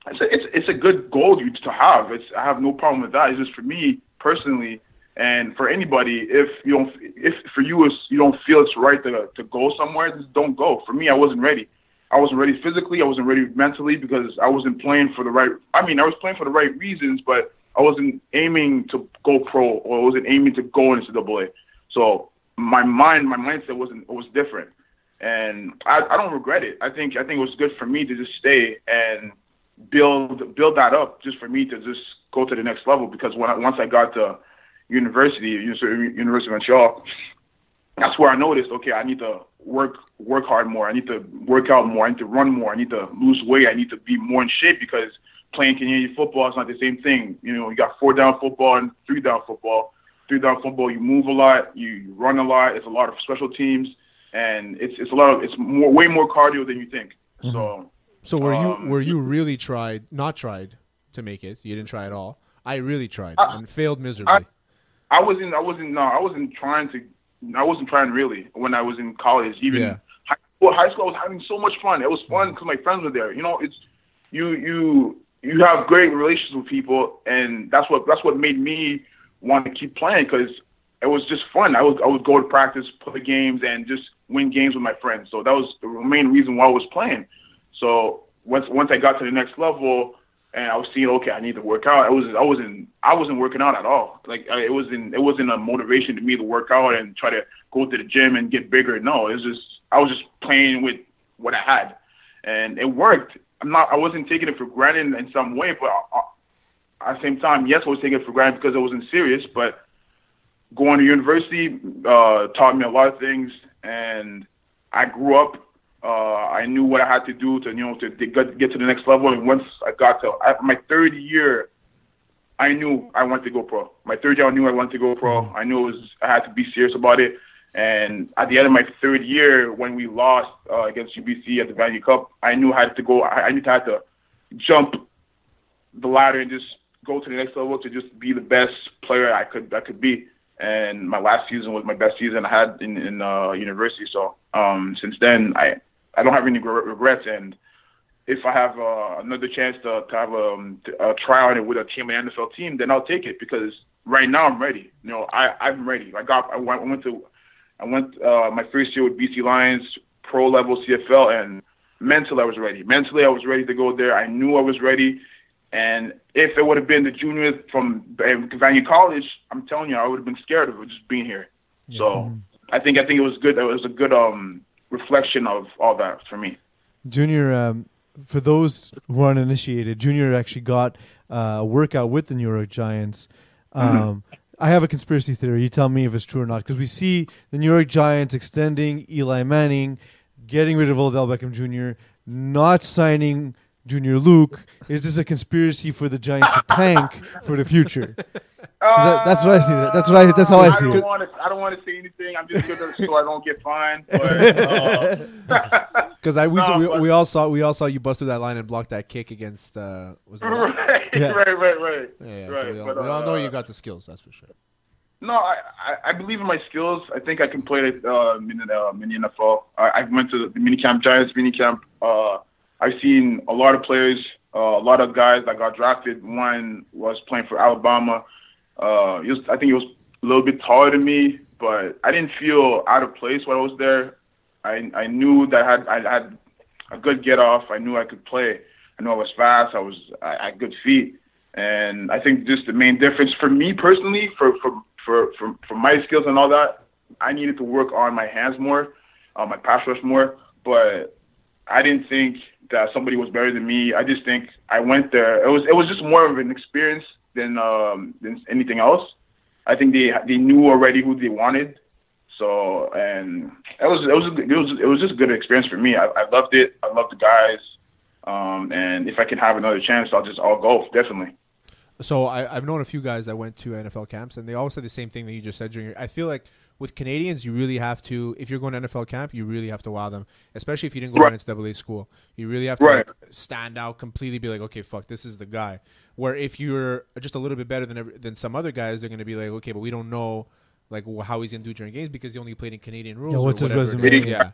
it's a, it's it's a good goal you to have. It's I have no problem with that. It's just for me personally, and for anybody, if you don't, if for you is you don't feel it's right to to go somewhere, just don't go. For me, I wasn't ready. I wasn't ready physically. I wasn't ready mentally because I wasn't playing for the right. I mean, I was playing for the right reasons, but I wasn't aiming to go pro or I wasn't aiming to go into the AA. So my mind, my mindset wasn't was different, and I, I don't regret it. I think I think it was good for me to just stay and build build that up just for me to just go to the next level because when I, once I got to university, Uni- University of Montreal, that's where I noticed okay, I need to work work hard more. I need to work out more. I need to run more. I need to lose weight. I need to be more in shape because playing Canadian football, it's not the same thing. You know, you got four down football and three down football. Three down football, you move a lot, you, you run a lot. It's a lot of special teams, and it's it's a lot of it's more way more cardio than you think. So So were um, you were you really tried? Not tried to make it. You didn't try at all. I really tried I- and failed miserably. Uh, I, I wasn't. I wasn't. No, I wasn't trying to. I wasn't trying really when I was in college. Even Yeah. high, well, high school, I was having so much fun. It was fun because my friends were there. You know, it's you you you have great relations with people, and that's what that's what made me want to keep playing because it was just fun. I would I would go to practice, play games, and just win games with my friends. So that was the main reason why I was playing. So once once I got to the next level, and I was seeing okay, I need to work out. I was I wasn't I wasn't working out at all. Like I, it wasn't it wasn't a motivation to me to work out and try to go to the gym and get bigger. No, it was just I was just playing with what I had, and it worked. I'm not I wasn't taking it for granted in some way, but I, I, at the same time, yes, I was taking it for granted because it wasn't serious. But going to university uh, taught me a lot of things, and I grew up. Uh, I knew what I had to do to you know to, to get, get to the next level. And once I got to I, my third year, I knew I wanted to go pro. My third year, I knew I wanted to go pro. I knew it was I had to be serious about it. And at the end of my third year, when we lost uh, against UBC at the Vanier Cup, I knew I had to go. I, I knew I had to jump the ladder and just go to the next level to just be the best player I could I could be. And my last season was my best season I had in, in uh, university. So um, since then, I I don't have any gr- regrets. And if I have uh, another chance to, to have um, t- a tryout with a team, an NFL team, then I'll take it because right now I'm ready. You know, I I'm ready. I got I went, I went to I went uh, my first year with BC Lions, pro level CFL, and mentally I was ready. Mentally I was ready to go there. I knew I was ready. And if it would have been the juniors from Vanier College, I'm telling you, I would have been scared of just being here. So I think I think it was good. It was a good um, reflection of all that for me. Junior, um, for those who aren't initiated, Junior actually got uh, a workout with the New York Giants. Um, I have a conspiracy theory. You tell me if it's true or not, because we see the New York Giants extending Eli Manning, getting rid of Odell Beckham Jr., not signing Junior Luke. Is this a conspiracy for the Giants to tank for the future? 'Cause that- that's what I see. That's what I. That's how I I see don't it. want to. I don't want to say anything. I'm just good so I don't get fined. But, Oh. uh, Because I we, No, we, but- we all saw we all saw you bust through that line and block that kick against uh was it right, Lions? Yeah. right, right, right, yeah, yeah, right. so we all, but, we all know uh, you got the skills that's for sure No, I, I, I believe in my skills. I think I can play it um, in the uh, mini NFL. I, I went to the minicamp, Giants minicamp. Uh, I've seen a lot of players, uh, a lot of guys that got drafted. One was playing for Alabama. Uh, he was, I think he was a little bit taller than me, but I didn't feel out of place when I was there. I, I knew that I had, I had a good get off. I knew I could play. I knew I was fast. I was I I had good feet, and I think just the main difference for me personally, for for for for, for my skills and all that, I needed to work on my hands more, uh, my pass rush more. But I didn't think that somebody was better than me. I just think I went there. It was it was just more of an experience than um than anything else. I think they they knew already who they wanted, so and it was it was it was it was just a good experience for me. I, I loved it. I loved the guys. Um, and if I can have another chance, I'll just I'll go definitely. so I, I've known a few guys that went to NFL camps, and they all said the same thing that you just said, Junior. I feel like with Canadians, you really have to, if you're going to NFL camp, you really have to wow them, especially if you didn't go Right. to NCAA school. You really have to Right. like, stand out completely, be like, okay, fuck, this is the guy. Where if you're just a little bit better than every, than some other guys, they're going to be like, okay, but we don't know like wh- how he's going to do during games because he only played in Canadian rules. or what's his whatever it resume? is. Yeah.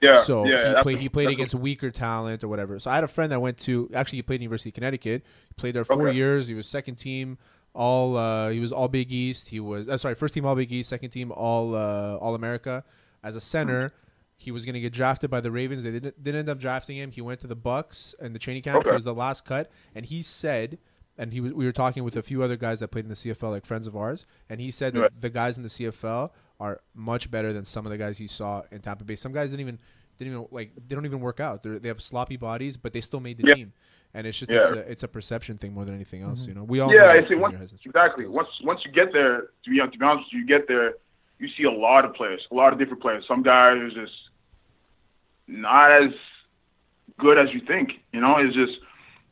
Yeah. So yeah, he that's- played. He played that's- against weaker talent or whatever. So I had a friend that went to actually he played University of Connecticut. He played there four Okay. years. He was second team all. Uh, he was all Big East. He was uh, sorry, first team all Big East, second team all uh, all America as a Hmm. center. He was going to get drafted by the Ravens. They didn't, didn't end up drafting him. He went to the Bucks and the training camp. He Okay. was the last cut, and he said. And he was, we were talking with a few other guys that played in the CFL, like friends of ours, and he said that Right. the guys in the CFL are much better than some of the guys he saw in Tampa Bay. Some guys didn't even didn't even like they don't even work out. They're, they have sloppy bodies, but they still made the Yeah. team. And it's just Yeah. it's, a, it's a perception thing more than anything else. Mm-hmm. You know, we all know yeah, that I see. Junior Once, has the tr- exactly. skills. Once once you get there, to be, to be honest, with you you get there, you see a lot of players, a lot of different players. Some guys are just not as good as you think. You know, it's just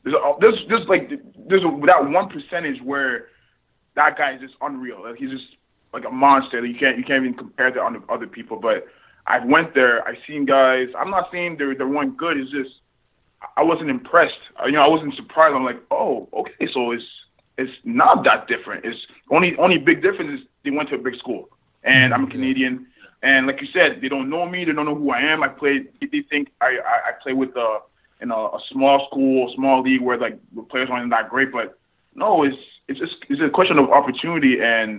There's a, there's just like there's a, that one percentage where that guy is just unreal. Like he's just like a monster. Like you can't you can't even compare that to other people. But I went there. I've seen guys. I'm not saying they're they weren't good. It's just I wasn't impressed. Uh, You know, I wasn't surprised. I'm like, oh, okay, so it's it's not that different. It's only only big difference is they went to a big school, and I'm a Canadian. And like you said, they don't know me. They don't know who I am. I played. They think I I, I play with uh in a, a small school, small league where like the players aren't that great. But no, it's it's just it's a question of opportunity and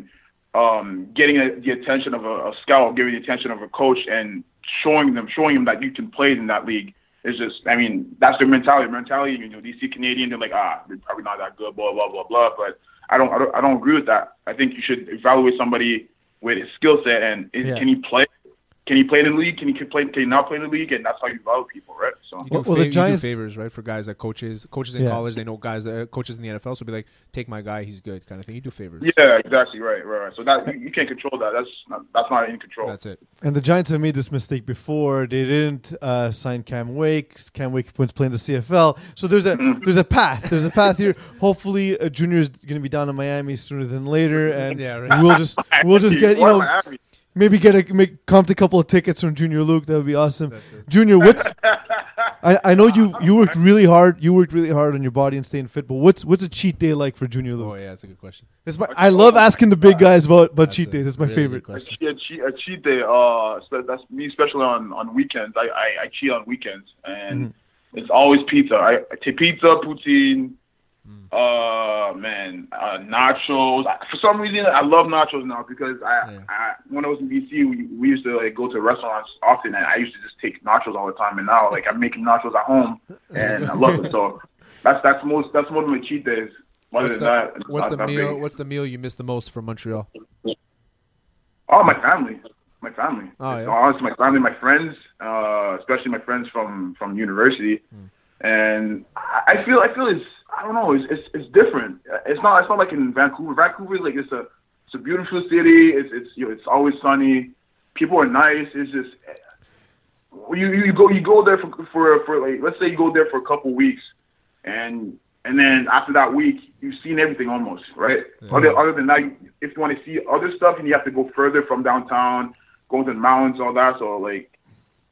um getting a, the attention of a, a scout, getting the attention of a coach, and showing them showing them that you can play in that league. It's just, I mean, that's their mentality. Mentality, you know, DC Canadian, they're like, ah, they're probably not that good, blah blah blah blah. But I don't, I don't, I don't agree with that. I think you should evaluate somebody with his skill set and is, Yeah. can he play? Can he play in the league? Can he can play? Can he not play in the league? And that's how you value people, right? So You do, Well- well, the fav- you do Giants- favors, right, for guys that coaches, coaches in Yeah. college, they know guys that coaches in the NFL, so be like, take my guy, he's good, kind of thing. You do favors. yeah, exactly, right, right, right. So that you, you can't control that. That's not, that's not in control. That's it. And the Giants have made this mistake before. They didn't uh, sign Cam Wake. Cam Wake went to play in the CFL. So there's a there's a path. There's a path here. Hopefully, a junior is going to be down in Miami sooner than later, and Yeah, right. we'll just we'll just get you Or know Miami. maybe get a make comped a couple of tickets from Junior Luke. That would be awesome. Junior, what's I, I know you you worked really hard. You worked really hard on your body and staying fit. But what's what's a cheat day like for Junior Oh Luke? yeah, that's a good question. It's my, I love asking the big guys about, about cheat days. It's my Really good favorite. I question. cheat, I cheat, I cheat day. Uh, so that's me, especially on on weekends. I I, I cheat on weekends, and Mm-hmm. it's always pizza. I, I take pizza, poutine. Mm. Uh man, uh, nachos. I, for some reason, I love nachos now because I, Yeah. I when I was in BC, we, we used to like go to restaurants often, and I used to just take nachos all the time. And now, like I'm making nachos at home, and I love it. So that's that's most that's one of my cheat days. Other What's than the, that, it's what's not the that meal? big. What's the meal you miss the most from Montreal? Oh, my family, my family. Oh, yeah. Honestly, my family, my friends, uh, especially my friends from from university, Hmm. and I I feel I feel it's I don't know it's, it's it's different. Uh, It's not it's not like in Vancouver. Vancouver is like it's a it's a beautiful city. It's it's you know, it's always sunny. People are nice. It's just you you go you go there for for for like let's say you go there for a couple weeks, and and then after that week you've seen everything almost right. Other other than that, you- if you want to see other stuff, and you have to go further from downtown, go into the mountains, all that. So like,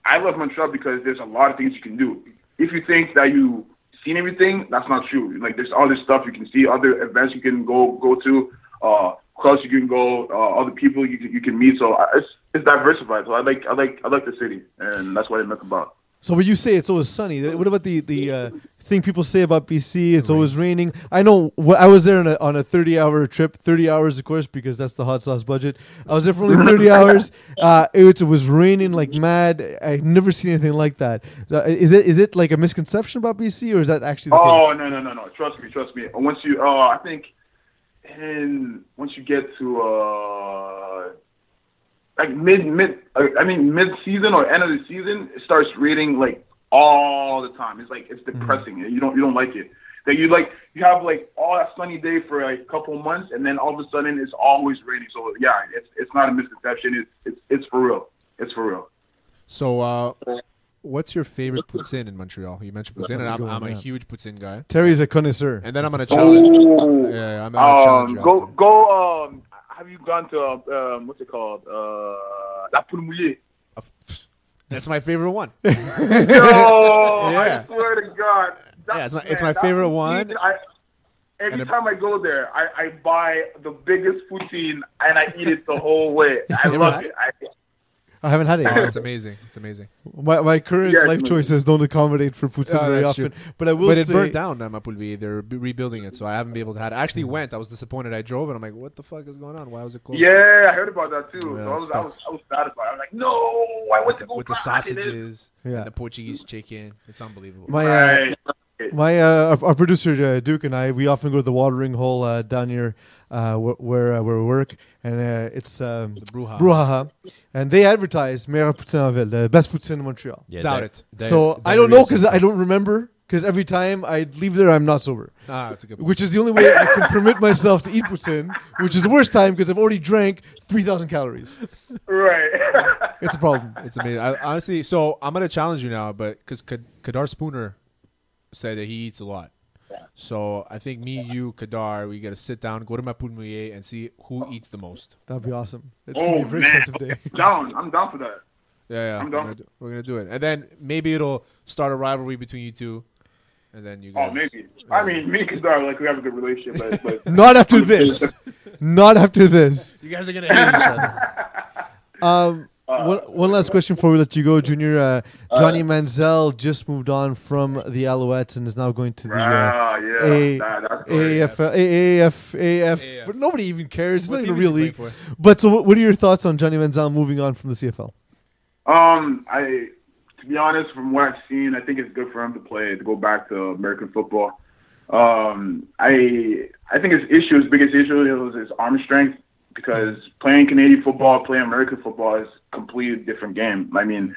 I love Montreal because there's a lot of things you can do. If you think that you seen everything, that's not true. Like there's all this stuff you can see, other events you can go go to, uh, clubs you can go, uh, other people you can, you can meet. So I- it's it's diversified. So I like I like I like the city, and that's what it meant about. So when you say it's always sunny, th- what about the the uh, thing people say about BC? It's always raining. I know. wh- I was there on a on a thirty hour trip, thirty hours of course, because that's the hot sauce budget. I was there for only thirty hours. Uh, it, was- it was raining like mad. I've never seen anything like that. So i- Is it is it like a misconception about BC, or is that actually the Oh case? no no no no! Trust me, trust me. Once you, uh, I think, and once you get to uh, like mid mid, I mean mid season or end of the season, it starts raining like all the time. It's like it's Mm-hmm. depressing. You don't you don't like it. That you like you have like all that sunny day for like a couple months, and then all of a sudden it's always raining. So yeah, it's it's not a misconception. It's it's it's for real. It's for real. So, uh, what's your favorite poutine in Montreal? You mentioned poutine, and I'm, I'm a huge poutine guy. Terry's a connoisseur. And then I'm gonna challenge. Oh, Yeah, I'm gonna challenge you go, after. go. Um, have you gone to uh, um, what's it called? Uh, La Poule Mouillée. That's my favorite one. Oh, Yo, Yeah. I swear to God. That- Yeah, it's my- it's man, my that favorite poutine, one. I, every And it- time I go there, I, I buy the biggest poutine and I eat it the whole way. I You love had it. I, I haven't had it. Oh, yet. it's amazing. It's amazing. My, my current Yeah, it's life amazing. choices don't accommodate for poutine Oh, very that's often. true. But I will but it say, burnt down at Mapulvi. They're b- rebuilding it, so I haven't been able to have it. I actually Mm. went. I was disappointed. I drove, and I'm like, what the fuck is going on? Why was it closed? yeah, I heard about that too. Yeah, so I was, it I was I was sad about it. I was like, no, I With went the, to go with the back and it- sausages Yeah. and the Portuguese chicken. It's unbelievable. my uh, Right. My uh, our, our producer uh, Duke and I, we often go to the watering hole uh, down here uh, wh- where uh, where we work, and uh, it's um, Bruja. Brouhaha, and they advertise Meilleur Poutine en Ville, the best poutine in Montreal. Yeah, Doubt that- it. that- so that I don't know reason. because I don't remember because every time I leave there, I'm not sober, Ah, that's a good. which is the only way I can permit myself to eat poutine, which is the worst time because I've already drank three thousand calories. Right. It's a problem. It's amazing. I, honestly, so I'm gonna challenge you now, but because Kadar Spooner said that he eats a lot, So I think me, you, Kadar, we got to sit down, go to Mapud Mouillet, and see who eats the most. That'd be awesome. It's oh gonna be a very man, expensive day. down. I'm down for that. Yeah, yeah. I'm We're down. gonna, do, we're gonna do it, and then maybe it'll start a rivalry between you two, and then you guys. Oh, maybe. I mean, me and Kadar, like, we have a good relationship, but, but Not after this. Not after this. you guys are gonna hate each other. Um, one, one last question before we let you go, Junior. Uh, Johnny Manziel just moved on from the Alouettes and is now going to the uh, ah, yeah, A- nah, that's great. AAF, AAF, Yeah. AAF. But nobody even cares. It's What not team even is he real league. playing But so, what- what are your thoughts on Johnny Manziel moving on from the CFL? Um, I to be honest, from what I've seen, I think it's good for him to play to go back to American football. Um, I I think his issue, his biggest issue, is his arm strength because playing Canadian football, playing American football is a completely different game. I mean,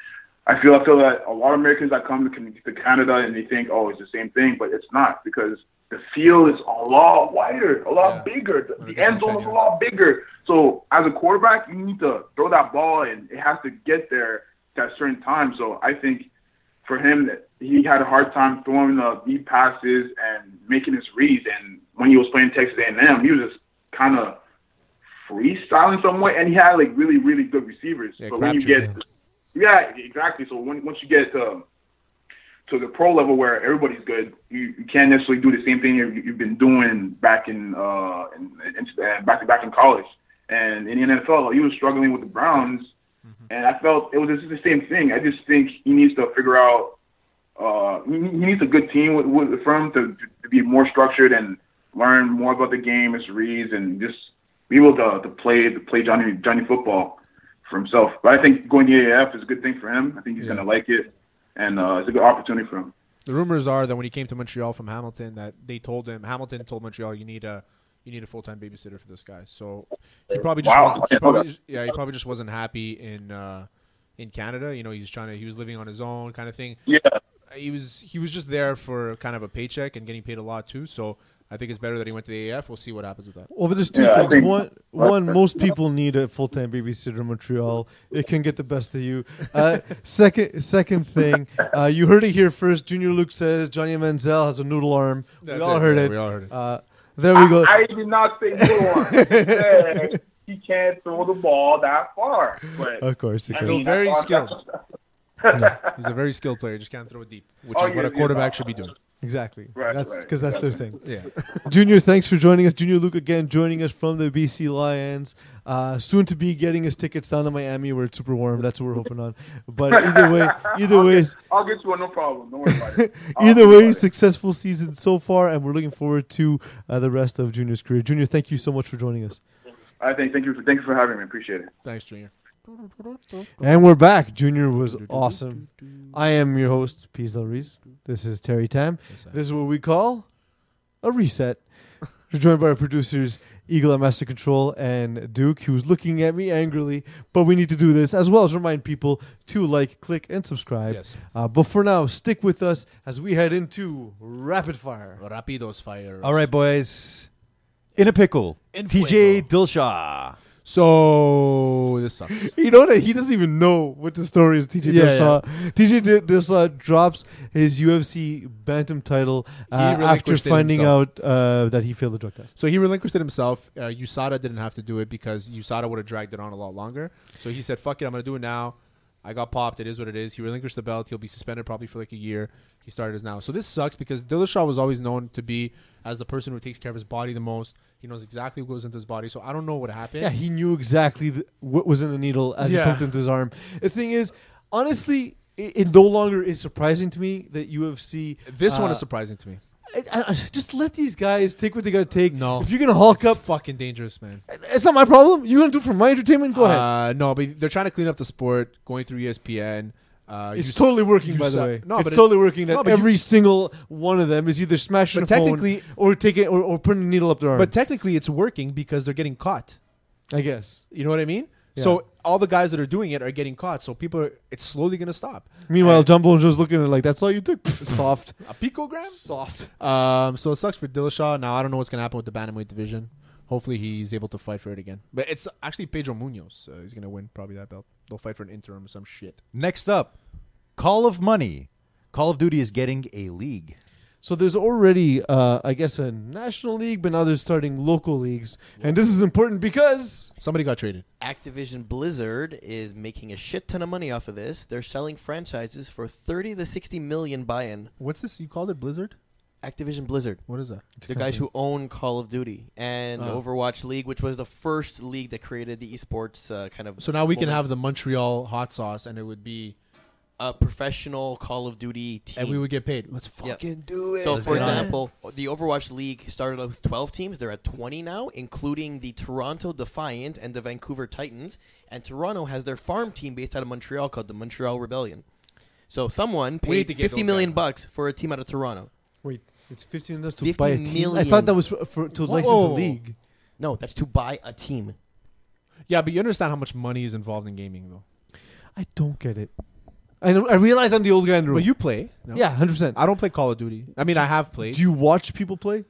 I feel I feel that a lot of Americans that come to, Can- to Canada and they think, oh, it's the same thing, but it's not because the field is a lot wider, a lot Yeah. bigger. The- When The it gets end zone is a continuous. lot bigger. So as a quarterback, you need to throw that ball, and it has to get there at a certain time. So I think for him, he had a hard time throwing the deep passes and making his reads. And when he was playing Texas A&M, he was just kind of freestyling some way, and he had like really, really good receivers. Yeah, but when you Crabtree, get, yeah, exactly. So when, once you get to to the pro level where everybody's good, you, you can't necessarily do the same thing you, you've been doing back in uh in, in, uh, back back in college. And in the NFL, he was struggling with the Browns, Mm-hmm. and I felt it was just the same thing. I just think he needs to figure out. Uh, he, he needs a good team with, with for him to, to be more structured and learn more about the game, his reads, and just be able to, to play to play Johnny Johnny football for himself. But I think going to AAF is a good thing for him. I think he's gonna like it, and uh, it's a good opportunity for him. The rumors are that when he came to Montreal from Hamilton, that they told him Hamilton told Montreal you need a you need a full time babysitter for this guy. So he probably just Wow. wasn't, I he didn't know probably, yeah he probably just wasn't happy in uh, in Canada. You know, he was trying to he was living on his own kind of thing. Yeah, he was he was just there for kind of a paycheck and getting paid a lot too. So I think it's better that he went to the AF. We'll see what happens with that. Well, but there's two Yeah, I things. think- one, one, most people need a full-time babysitter in Montreal. It can get the best of you. Uh, second, second thing, uh, you heard it here first. Junior Luke says Johnny Manziel has a noodle arm. That's we all it. heard Yeah, it. we all heard it. Uh, there we go. I did not say more. Yeah, he can't throw the ball that far, but of course, he I can. Still mean, very that's- skilled. He's a very skilled player. Just can't throw it deep, which Oh, is what yeah, a quarterback should be doing. exactly. Right, that's right, because that's their thing. Yeah. Junior, thanks for joining us. Junior Luke again joining us from the BC Lions. Uh, soon to be getting his tickets down to Miami where it's super warm. That's what we're hoping on. But either way, either way. I'll get you one, no problem. Don't worry about it. I'll Either get you way, one. successful season so far, and we're looking forward to uh, the rest of Junior's career. Junior, thank you so much for joining us. I think. Thank you. For, thank you for having me. Appreciate it. Thanks, Junior. And we're back. Junior was awesome. I am your host, Peace Del Reese. This is Terry Tam. This is what we call a reset. We're joined by our producers, Eagle at Master Control and Duke, who's looking at me angrily. But we need to do this, as well as remind people to like, click, and subscribe. Yes. Uh, but for now, stick with us as we head into rapid fire. Rapidos fire. All right, boys. In a pickle. TJ Dilshaw. So this sucks. You know that he doesn't even know what the story is. TJ Yeah, Dillashaw. TJ Di- Dillashaw drops his UFC bantam title uh, after relinquished it finding himself. out uh, that he failed the drug test. So he relinquished it himself. Uh, USADA didn't have to do it because USADA would have dragged it on a lot longer. So he said, "Fuck it, I'm gonna do it now." I got popped. It is what it is. He relinquished the belt. He'll be suspended probably for like a year. He started as now. So this sucks because Dillashaw was always known to be as the person who takes care of his body the most. He knows exactly what goes into his body. So I don't know what happened. Yeah, he knew exactly th- what was in the needle as Yeah. he poked into his arm. The thing is, honestly, it, it no longer is surprising to me that UFC. this one uh, is surprising to me. I, I, I- just let these guys take what they gotta take. No. if you're gonna Hulk It's up, fucking dangerous, man. it's not my problem. You're gonna do it for my entertainment. Go ahead. Uh, no, but they're trying to clean up the sport, going through E ESPN. Uh, It's you- totally working, you by the suck. way. No, it's but it- totally working. That No, but you- every single one of them is either smashing a But phone technically- or taking or, or putting a needle up their arm. But technically, it's working because they're getting caught. I guess. You know what I mean? Yeah. So all the guys that are doing it are getting caught. So people are. It's slowly gonna stop. uh, Meanwhile, Jumbo was just looking at it like that's all you took. Pfft, Soft, A picogram. soft. Um. So it sucks for Dillashaw. Now I don't know what's gonna happen with the bantamweight division. Hopefully he's able to fight for it again. But it's actually Pedro Munoz. Uh, he's gonna win probably that belt. They'll fight for an interim or some shit. Next up, Call of Money. Call of Duty is getting a league. So there's already, uh, I guess, a national league, but now they're starting local leagues, and this is important because somebody got traded. Activision Blizzard is making a shit ton of money off of this. They're selling franchises for 30 to 60 million buy-in. What's this? You called it Blizzard? Activision Blizzard. What is that? The guys who own Call of Duty and Uh. Overwatch League, which was the first league that created the esports uh, kind of. So now we can moment. have the Montreal hot sauce, and it would be, a professional Call of Duty team. and we would get paid. Let's Yeah. fucking do it. So, Let's for get on it. example, the Overwatch League started out with 12 teams. They're at 20 now, including the Toronto Defiant and the Vancouver Titans. And Toronto has their farm team based out of Montreal called the Montreal Rebellion. So someone need paid to get 50 those million guys. bucks for a team out of Toronto. wait, it's fifteen dollars to 50 buy a team? I million. thought that was for, for to license a Whoa. league. No, that's to buy a team. yeah, but you understand how much money is involved in gaming, though. I don't get it. I know, I realize I'm the old guy in the room. But you play? No? yeah, hundred percent. I don't play Call of Duty. I mean, I have played. Do you watch people play?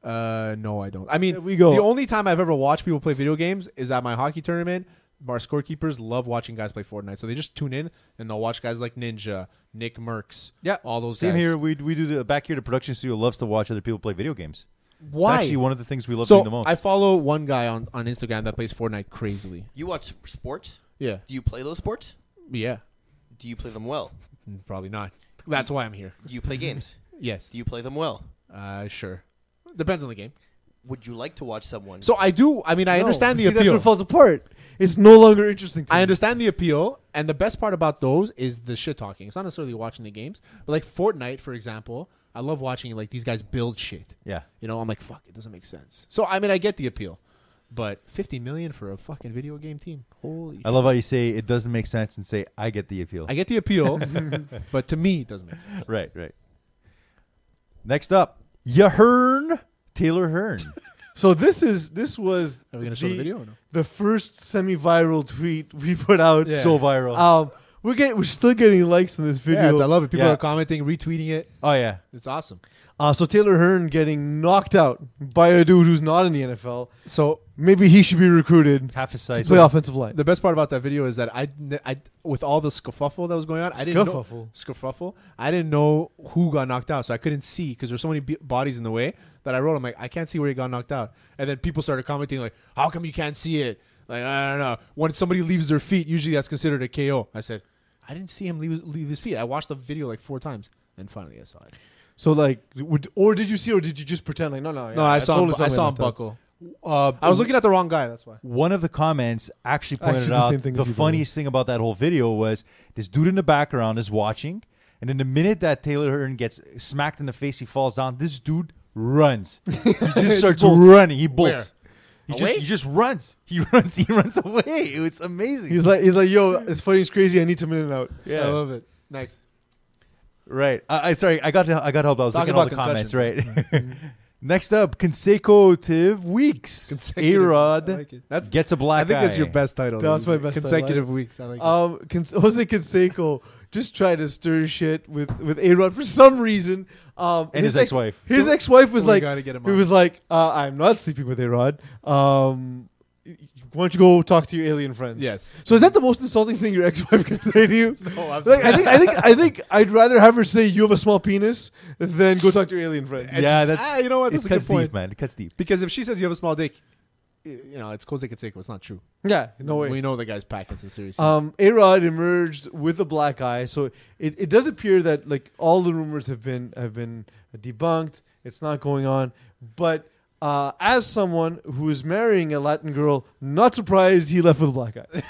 Uh, no, I don't. I mean, There we go. The only time I've ever watched people play video games is at my hockey tournament. Our scorekeepers love watching guys play Fortnite, so they just tune in and they'll watch guys like Ninja, Nick Merckx, Yeah, all those Same guys. here. We we do the back here. The production studio loves to watch other people play video games. Why? It's actually one of the things we love doing the so most. I follow one guy on, on Instagram that plays Fortnite crazily. You watch sports? Yeah, Do you play those sports? yeah, Do you play them well? Mm, probably not. That's why I'm here. Do you play games? Yes, Do you play them well? uh, sure. Depends on the game. Would you like to watch someone? So I do. I mean, I No. understand the See, That's appeal. what falls apart. It's no longer interesting. To I me. understand the appeal, and the best part about those is the shit talking. It's not necessarily watching the games, but like Fortnite, for example, I love watching like these guys build shit. yeah, You know, I'm like, fuck, it doesn't make sense. So I mean, I get the appeal, but 50 million for a fucking video game team, holy! I shit. love how you say it doesn't make sense and say I get the appeal. I get the appeal, but to me, it doesn't make sense. Right, right. Next up, Yahern Taylor Hearn. So this is this was Are we gonna show the video or no? the first semi-viral tweet we put out. So viral. Um, we're getting we're still getting likes on this Yeah, video. it's- I love it. People Yeah. are commenting, retweeting it. oh yeah, It's awesome. uh, so Taylor Hearn getting knocked out by a dude who's not in the NFL. So Maybe he should be recruited half his to size. play offensive line. the best part about that video is that I, I with all the scuffle that was going on, I didn't know, Scuffle? scuffle. I didn't know who got knocked out, so I couldn't see because there's so many b- bodies in the way that I wrote. I'm like, I can't see where he got knocked out, and then people started commenting like, "How come you can't see it?" Like, I don't know. When somebody leaves their feet, usually that's considered a KO. I said, I didn't see him leave, leave his feet. I watched the video like four times, and finally I saw it. So like, would, or did you see, or did you just pretend like no, no? yeah, No, I, saw totally him. I my saw him laptop. buckle. Uh, I was looking at the wrong guy. That's why. one of the comments actually pointed Actually, the out same thing the as you, by the way. funniest thing about that whole video was this dude in the background is watching, and in the minute that Taylor Hearn gets smacked in the face, he falls down. This dude runs. He just starts bolts. running. He bolts. He Away? just, he just runs. He runs. He runs away. It was amazing. He's like, he's like, yo, it's funny, it's crazy. I need some in and out. I love it. Nice. Right. I, I sorry. I got I got help. I was Talking looking at all the about comments. Right. Mm-hmm. Next up, consecutive weeks. Consecutive- A Rod I like it. That's- gets a I black. think that's your eye. best title. That's my best title. consecutive weeks. I like. it. Um, Cons- Jose Canseco just tried to stir shit with with A Rod for some reason. Um, And his ex- ex-wife. His ex wife was We like, gotta get him he on. was like, uh, I'm not sleeping with A Rod. Um, y- y- why don't you go talk to your alien friends? Yes. So is that the most insulting thing your ex-wife can say to you? No, Like, I think I think I think I'd rather have her say you have a small penis than go talk to your alien friends. Yeah, Uh, that's Ah, you know what? That's it a good cuts point. deep, man. It cuts deep. Because if she says you have a small dick, y- you know it's Jose Canseco. It's not true. Yeah, no way. We know the guy's packing some serious. Um, A Rod emerged with a black eye, so it, it does appear that like all the rumors have been have been debunked. It's not going on, but uh, as someone who is marrying a Latin girl, not surprised he left with a black eye.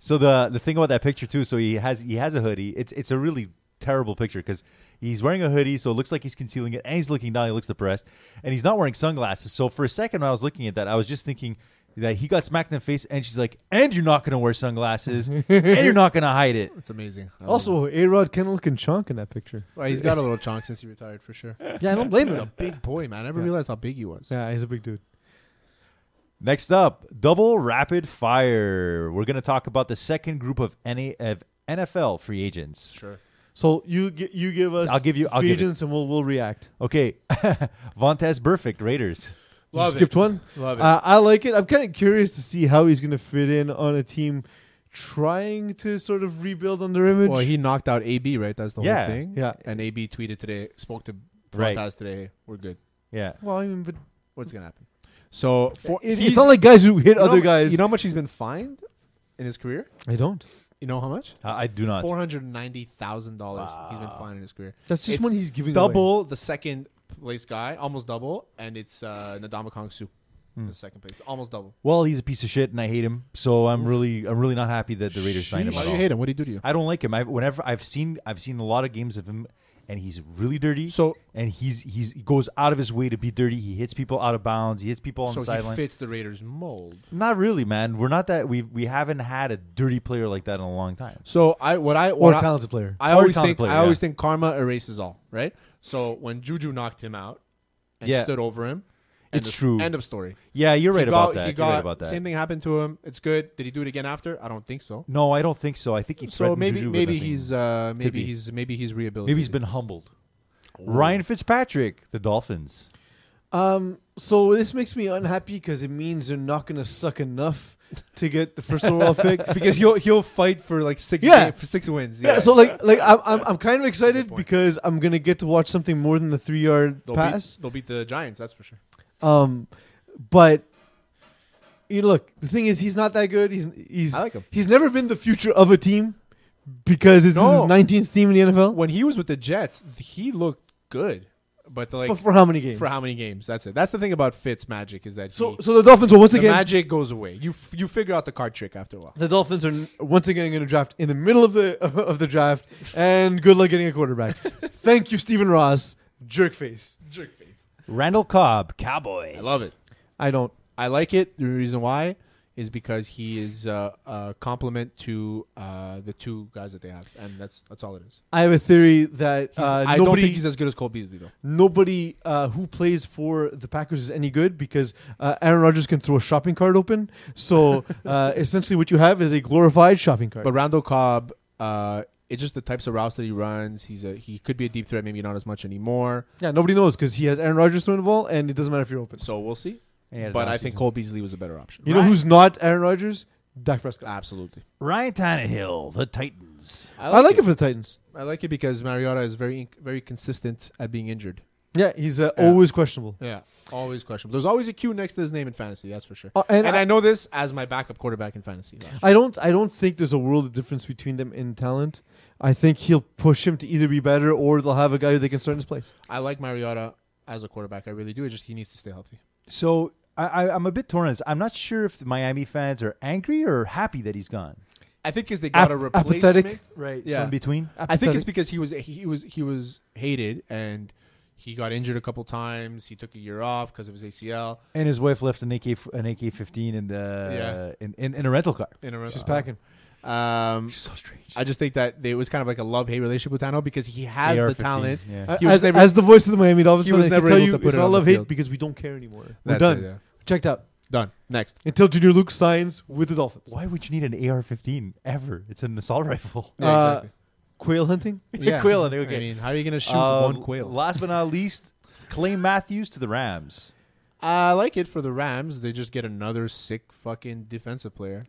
So the the thing about that picture too. So he has he has a hoodie. It's it's a really terrible picture because he's wearing a hoodie, so it looks like he's concealing it, and he's looking down. He looks depressed, and he's not wearing sunglasses. So for a second, when I was looking at that, I was just thinking that he got smacked in the face, and she's like, "And you're not gonna wear sunglasses, and you're not gonna hide it." it's amazing. I love it. also, uh, A Rod can look and chonk in that picture. Well, he's got a little chonk since he retired for sure. Yeah, I don't blame He's a him. big boy, man. I never realized how big he was. Yeah, he's a big dude. Next up, double rapid fire. We're gonna talk about the second group of NA of NFL free agents. Sure. So you gi- you give us I'll give you- I'll free give it. agents and we'll we'll react. Okay, Vontez Perfect Raiders. You Love skipped it. one. Love it. Uh, I like it. I'm kind of curious to see how he's going to fit in on a team trying to sort of rebuild on their image. well, he knocked out AB, right? That's the Yeah. whole thing. Yeah. And AB tweeted today, spoke to Right. Toronto's today. We're good. Yeah. Well, I mean, but What's gonna happen? So for it, he's- it's not like guys who hit you know- other guys. You know how much he's been fined in his career? I don't. You know how much? I I do not. Four hundred ninety thousand dollars. He's been fined in his career. That's just It's when he's giving away. double the second place guy, almost double, and it's uh, Nadama Kong Su, Hmm. the second place, almost double. Well, he's a piece of shit, and I hate him. So I'm really, I'm really not happy that the Raiders signed him. Why at do you all. hate him? What did he do to you? I don't like him. I whenever I've seen, I've seen a lot of games of him, and he's really dirty. So- and he's he's he goes out of his way to be dirty. He hits people out of bounds. He hits people on So the he sideline. fits the Raiders mold. Not really, man. We're not that we we haven't had a dirty player like that in a long time. So I what I Or what a I, talented player. I Or a always talented think player, I always yeah. think karma erases all, right? So when Juju knocked him out and Yeah. stood over him, end It's of- true. End of story. Yeah, you're He right got- about that. he You're got- right about that. Same thing happened to him. It's good. Did he do it again after? I don't think so. No, I don't think so. I think he So threatened maybe Juju with maybe nothing. he's uh, maybe be. he's maybe he's rehabilitated. maybe he's been humbled. Ryan Fitzpatrick, the Dolphins. Um, so this makes me unhappy because it means they're not going to suck enough to get the first overall pick. because he'll he'll fight for like six Yeah. ga- for six wins. Yeah, so like, like I'm, I'm, I'm kind of excited because I'm gonna get to watch something more than the three yard they'll pass. Beat, they'll beat the Giants. That's for sure. Um, but you know, look, the thing is, he's not that good. He's he's I like him. he's never been the future of a team because this is No. his 19th team in the NFL. When he was with the Jets, he looked good, but like but for how many games? for how many games? That's it. That's the thing about Fitz magic is that so he, so the Dolphins will once the again magic goes away. You f- you figure out the card trick after a while. the Dolphins are n- once again going to draft in the middle of the of the draft, and good luck getting a quarterback. Thank you, Stephen Ross, jerk face. Jerk face. Randall Cobb, Cowboys. I love it. I don't. I like it. The reason why is because he is uh, a compliment to uh, the two guys that they have, and that's that's all it is. I have a theory that uh, I don't nobody think he's as good as Cole Beasley though. nobody uh, who plays for the Packers is any good because uh, Aaron Rodgers can throw a shopping cart open. So uh, essentially, what you have is a glorified shopping cart. But Randall Cobb, uh, it's just the types of routes that he runs. He's a he could be a deep threat, maybe not as much anymore. yeah, nobody knows because he has Aaron Rodgers throwing the ball, and it doesn't matter if you're open. So we'll see. He had a But down I think season. Cole Beasley was a better option. You know who's not Aaron Rodgers? Dak Prescott. Absolutely. Ryan Tannehill, the Titans. I like, it. for the Titans. I like it because Mariota is very very consistent at being injured. Yeah, he's uh, Yeah. always questionable. Yeah, always questionable. There's always a Q next to his name in fantasy. That's for sure. Uh, and and I, I- know this as my backup quarterback in fantasy. last year. I don't. I don't think there's a world of difference between them in talent. I think he'll push him to either be better or they'll have a guy who they can start in his place. I like Mariota as a quarterback. I really do. It just he needs to stay healthy. So I, I, I'm a bit torn on this. I'm not sure if the Miami fans are angry or happy that he's gone. I think because they got Ap- a replacement. apathetic. Right. So Yeah. in between. I think it's Apathetic. because he was he was he was hated and he got injured a couple times. He took a year off because of his ACL. And his wife left an AK f- an AK-15 in the in, in, in a rental car. In a She's packing. Um, So strange. I just think that it was kind of like a love hate relationship with Tano because he has the AR-15, talent. yeah. I- He was as, never- as the voice of the Miami Dolphins, He fan, was I can never tell able you to put it's it not on the love hate field. because we don't care anymore. We're That's done. it, yeah. Checked out. Done. Next. until Junior Luke signs with the Dolphins. Why would you need an AR-15 ever? It's an assault rifle. Uh, Quail hunting? Yeah. Quail hunting, okay. I mean, how are you going to shoot Uh, one quail? Last but not least, Clay Matthews to the Rams. I like it for the Rams. They just get another sick fucking defensive player.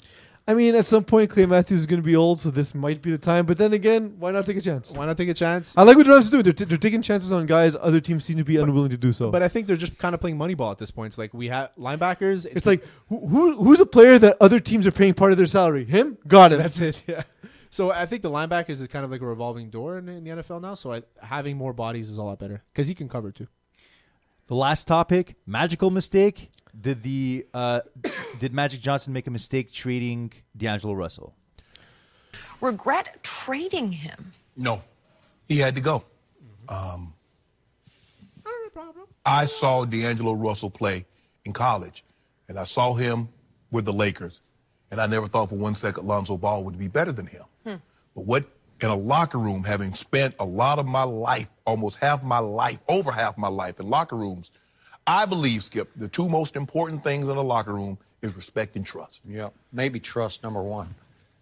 I mean, at some point, Clay Matthews is going to be old, so this might be the time. But then again, why not take a chance? Why not take a chance? I like what the Rams do. They're, t- they're taking chances on guys other teams seem to be unwilling to do so. But I think they're just kind of playing money ball at this point. It's like we have linebackers. it's like, who, who who's a player that other teams are paying part of their salary? Him? Got him. that's it. Yeah. So I think the linebackers is kind of like a revolving door in, in the NFL now. So I, having more bodies is a lot better because he can cover too. The last topic, magical mistake. Did the uh, did Magic Johnson make a mistake trading D'Angelo Russell? regret trading him. No, he had to go. Um, I saw D'Angelo Russell play in college, and I saw him with the Lakers, and I never thought for one second Lonzo Ball would be better than him. Hmm. But what in a locker room, having spent a lot of my life, almost half my life, over half my life in locker rooms, I believe, Skip, the two most important things in a locker room is respect and trust. Yeah, maybe trust number one.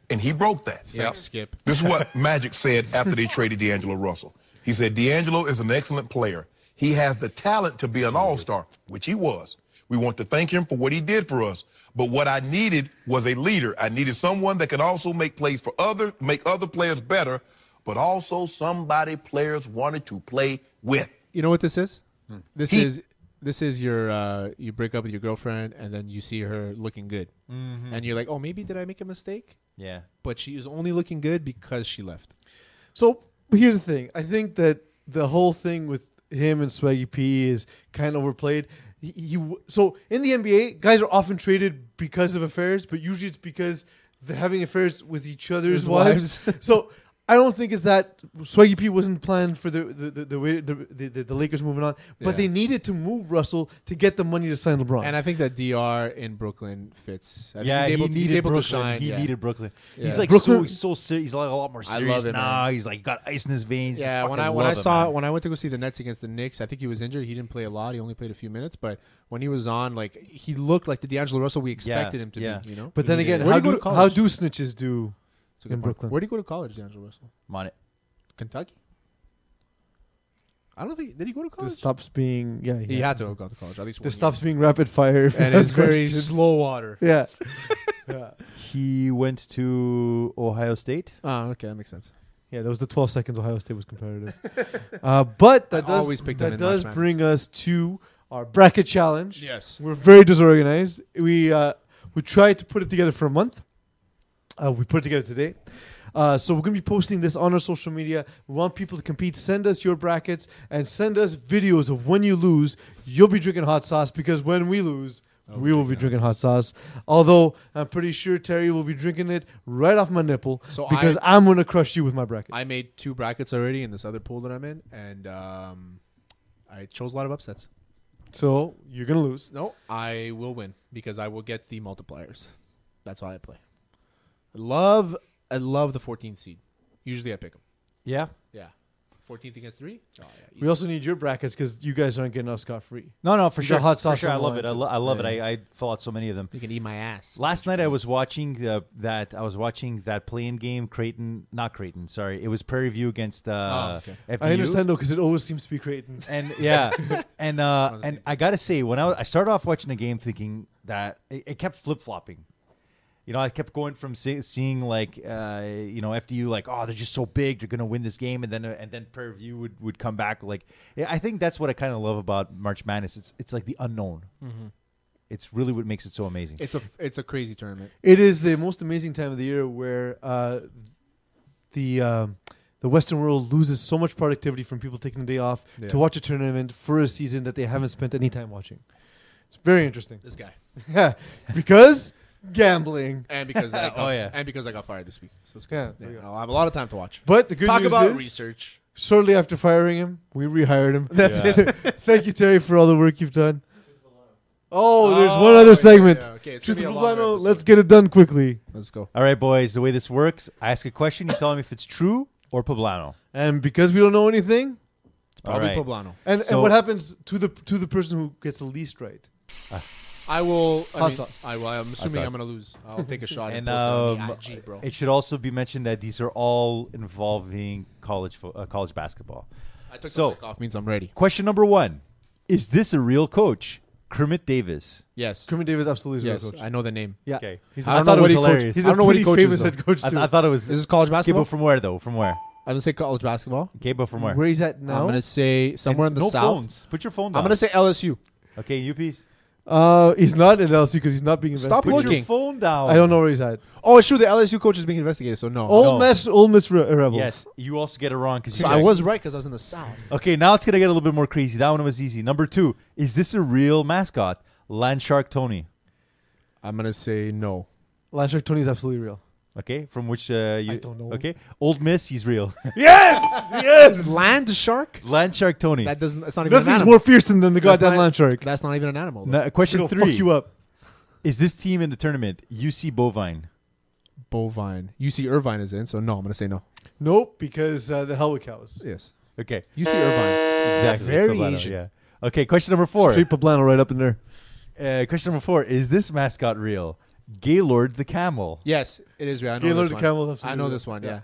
And he broke that. Yep. Skip. This is what Magic said after they traded D'Angelo Russell. He said, D'Angelo is an excellent player. He has the talent to be an all star, which he was. We want to thank him for what he did for us. But what I needed was a leader. I needed someone that could also make plays for other, make other players better, but also somebody players wanted to play with. You know what this is? Hmm. This He- is this is your uh, you break up with your girlfriend and then you see her looking good, Mhm. and you're like, oh, maybe did I make a mistake? Yeah. But she is only looking good because she left. So here's the thing. I think that the whole thing with him and Swaggy P is kind of overplayed. He, he w- so in the NBA, guys are often traded because of affairs, but usually it's because they're having affairs with each other's With wives. wives. so I don't think it's that Swaggy P wasn't planned for the the the, the way the, the, the, the Lakers moving on, but Yeah. they needed to move Russell to get the money to sign LeBron. And I think that Dr. in Brooklyn fits. I think yeah, he's able, he he's needed able Brooklyn. to shine. He yeah. needed Brooklyn. He's Yeah. like Brooklyn- so he's so serious. He's like a lot more I love serious it, man. now. He's like got ice in his veins. Yeah, Fucking when I when I love it, saw man. when I went to go see the Nets against the Knicks, I think he was injured. He didn't play a lot. He only played a few minutes, but when he was on, like he looked like the D'Angelo Russell we expected him to be. You know, But then again, Where'd how he go do to how college? do snitches do It's a good in point. Brooklyn? Where did he go to college, D'Angelo Russell? Mon- Kentucky. I don't think did he go to college? Just stops being yeah. He had to have gone to college, at least one Just stops being rapid fire And it's very questions. slow water. Yeah. He went to Ohio State. Ah, Oh, okay, that makes sense. Yeah, that was the 12 seconds Ohio State was competitive. uh, but that I does always pick them that in does March Madness. bring us to our bracket challenge. Yes. we're very disorganized. We uh, we tried to put it together for a month. Uh, we put it together today. Uh, so we're gonna be posting this on our social media. We want people to compete. Send us your brackets and send us videos of when you lose. You'll be drinking hot sauce because when we lose, Oh, we will be drinking hot sauce. Although I'm pretty sure Terry will be drinking it right off my nipple So because I- I'm gonna crush you with my bracket. I made two brackets already in this other pool that I'm in, and um, I chose a lot of upsets. So you're gonna lose. No, I will win because I will get the multipliers. That's why I play. I love, I love the 14th seed. Usually I pick them. Yeah. Yeah. 14th against three. Oh yeah. We also need your brackets because you guys aren't getting off scot free. No, no, for You got sure. Hot For sauce. sure. I on the love line, it. I, too. lo- I love it. I, I fill out so many of them. You can eat my ass. Last night I was watching the, that I was watching that playing game Creighton, not Creighton. Sorry, it was Prairie View against uh, okay. FDU. I understand though because it always seems to be Creighton. And yeah, and uh, and I gotta say, when I, was, I started off watching the game, thinking that it, it kept flip flopping. You know, I kept going from see, seeing like uh, you know FDU like oh they're just so big they're gonna win this game and then uh, and then Prairie View would, would come back like yeah, I think that's what I kind of love about March Madness. It's it's like the unknown. Mhm. It's really what makes it so amazing. It's a it's a crazy tournament. It is the most amazing time of the year where uh, the um the Western world loses so much productivity from people taking the day off Yeah. to watch a tournament for a season that they haven't spent any time watching. It's very interesting. This guy. yeah, because gambling And because I got, oh yeah, and because I got fired this week, so it's good. Yeah, Yeah, there you go. I'll have a lot of time to watch. But the good talk news about is, research. Shortly after firing him, we rehired him. That's Yeah. it. Thank you, Terry, for all the work you've done. Oh, there's one other segment. yeah, okay, it's Truth gonna or be a Blue longer Blano, let's get it done quickly. Let's go. All right, boys. The way this works, I ask a question. You tell me if it's true or poblano. And because we don't know anything, it's probably All right. poblano. And So- and what happens to the to the person who gets the least right? I will. I, Hot mean, sauce. I will. I'm assuming I'm sauce. gonna lose. I'll take a shot and, And post it on um, the IG, bro. it should also be mentioned that these are all involving college fo- uh, college basketball. I took the so mic off, means I'm ready. Question number one: Is this a real coach, Kermit Davis? Yes. Kermit Davis absolutely is Yes, a coach. I know the name. Yeah. Okay. He's I don't know thought it what was he coach- hilarious. he's I a don't know what pretty he coaches, famous though. head coach, I, th- too. I thought it was. This is college basketball? Okay, but from where though? From where? I'm gonna say college basketball. Okay, but from where? Where he's at now? I'm gonna say somewhere And in the no south. phones. Put your phone I'm down. gonna say LSU. Okay, you piece. Uh, he's not in LSU because he's not being investigated. Stop looking. phone down. I don't know where he's at. Oh, it's true. The LSU coach is being investigated, so Oh, no. No. Ole Miss, Ole Miss Re- Rebels. Yes, you also get it wrong because So I was right because I was in the south. Okay, now it's gonna get a little bit more crazy. That one was easy. Number two: Is this a real mascot, Landshark Tony? I'm gonna say no. Landshark Tony is absolutely real. Okay, from which uh, you I don't know. Okay, Old Miss, he's real. Yes, yes. Land shark? Landshark Tony. That doesn't. That's not even. an Nothing's animal. more fearsome than the That's goddamn not- land shark. That's not even an animal. though. Now, question It'll fuck three: you up. Is this team in the tournament UC Bovine? Bovine. UC Irvine is in, so no. I'm gonna say no. Nope, because uh, the hell with cows. Yes. Okay, UC Irvine. exactly. it's Very Poblano, Asian. Yeah. Okay, question number four. Straight Poblano right up in there. Uh, question number four: Is this mascot real? Gaylord the camel. Yes, it is real. I know Gaylord this one. Campbell's I absolutely know real. this one. Yeah.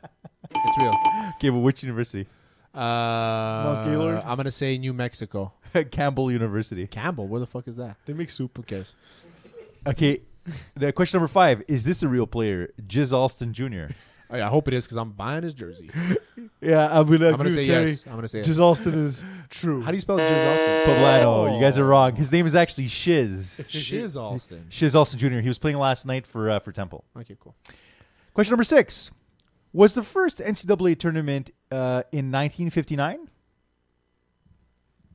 Yeah, it's real. Okay, but which university? Uh, Gaylord? I'm gonna say New Mexico. Campbell University. Campbell. Where the fuck is that? They make soup. Who cares? Okay. The question number five: Is this a real player, Jiz Alston Jr.? Oh, yeah, I hope it is because I'm buying his jersey. Yeah, I'm gonna I'm agree gonna with say Terry. yes. I'm gonna say yes. Giz Alston is true. How do you spell Giz Alston? Poblano. You guys are wrong. His name is actually Shiz. Shiz Alston. Shiz Alston Jr. He was playing last night for uh, for Temple. Okay, cool. Question number six was the first NCAA tournament uh, in 1959.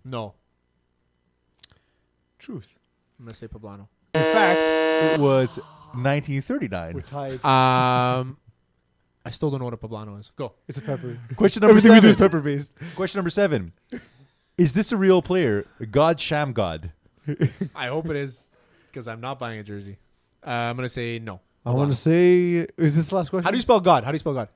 No. Truth. I'm gonna say Poblano. In fact, it was 1939. We're tied. Um, I still don't know what a poblano is. Go. It's a pepper. Question number Everything we seven. do is pepper based. Question number seven. Is this a real player? God Sham God. I hope it is, because I'm not buying a jersey. Uh, I'm gonna say no. I want to say, is this the last question? How do you spell God? How do you spell God?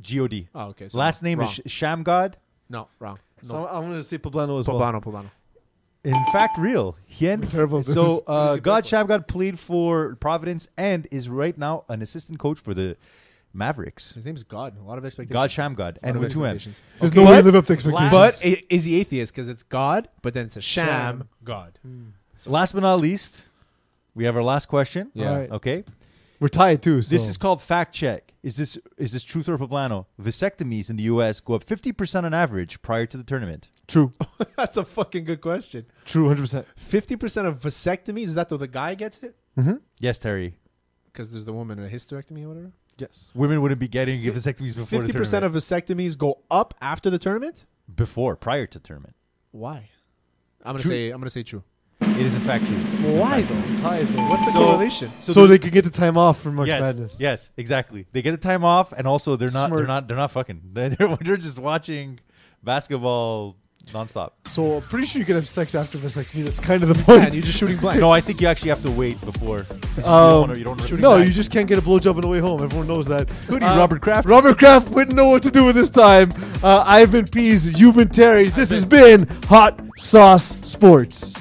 G O D. Oh, okay. so Last no. name Wrong. is Sh- Sham God. No, wrong. So No. I'm I'm gonna say Poblano as well. Poblano, Poblano. In fact, real. He end- terrible at So this. uh, God Sham God played for Providence and is right now an assistant coach for the Mavericks. His name's God. A lot of expectations. God Sham God A lot and of with two M's. expectations. There's no way to But- live up to expectations. But i- is he atheist? Because it's God, but then it's a sham, Sham. God. Last but not least, we have our last question. Yeah. All right. Okay. We're tied too. So. This is called fact check. Is this is this truth or poblano? Vasectomies in the U.S. go up fifty percent on average prior to the tournament. true. That's a fucking good question. True, hundred percent. Fifty percent of vasectomies is that though the guy gets it Yes, Terry. because there's the woman a hysterectomy or whatever. Yes. Women wouldn't be getting vasectomies before Fifty the percent of tournament. vasectomies go up after the tournament. before prior to tournament. Why? I'm gonna True. say I'm gonna say true. It is in fact true. It's in Why fact though? true. We're tied though. What's the So- correlation? So, there's- they could get the time off for March yes, Madness. Yes, exactly. They get the time off, and also they're not Smart. they're not they're not fucking. They're, they're they're just watching basketball nonstop. So I'm pretty sure you could have sex after vasectomy. That's kind of the point. Man, you're just shooting blank. no, I think you actually have to wait before. 'cause you don't Um, wanna- you don't wanna- no, you just can't get a blowjob on the way home. Everyone knows that. Uh, Who do you- Robert Kraft? Robert Kraft wouldn't know what to do with this time. Uh, I've been Pease. You've been Terry. This has been Hot Sauce Sports.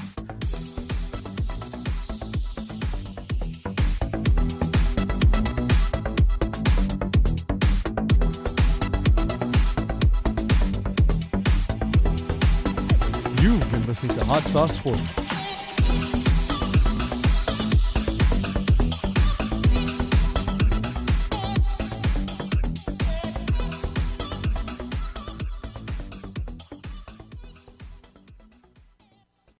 You've been listening to Hot Sauce Sports.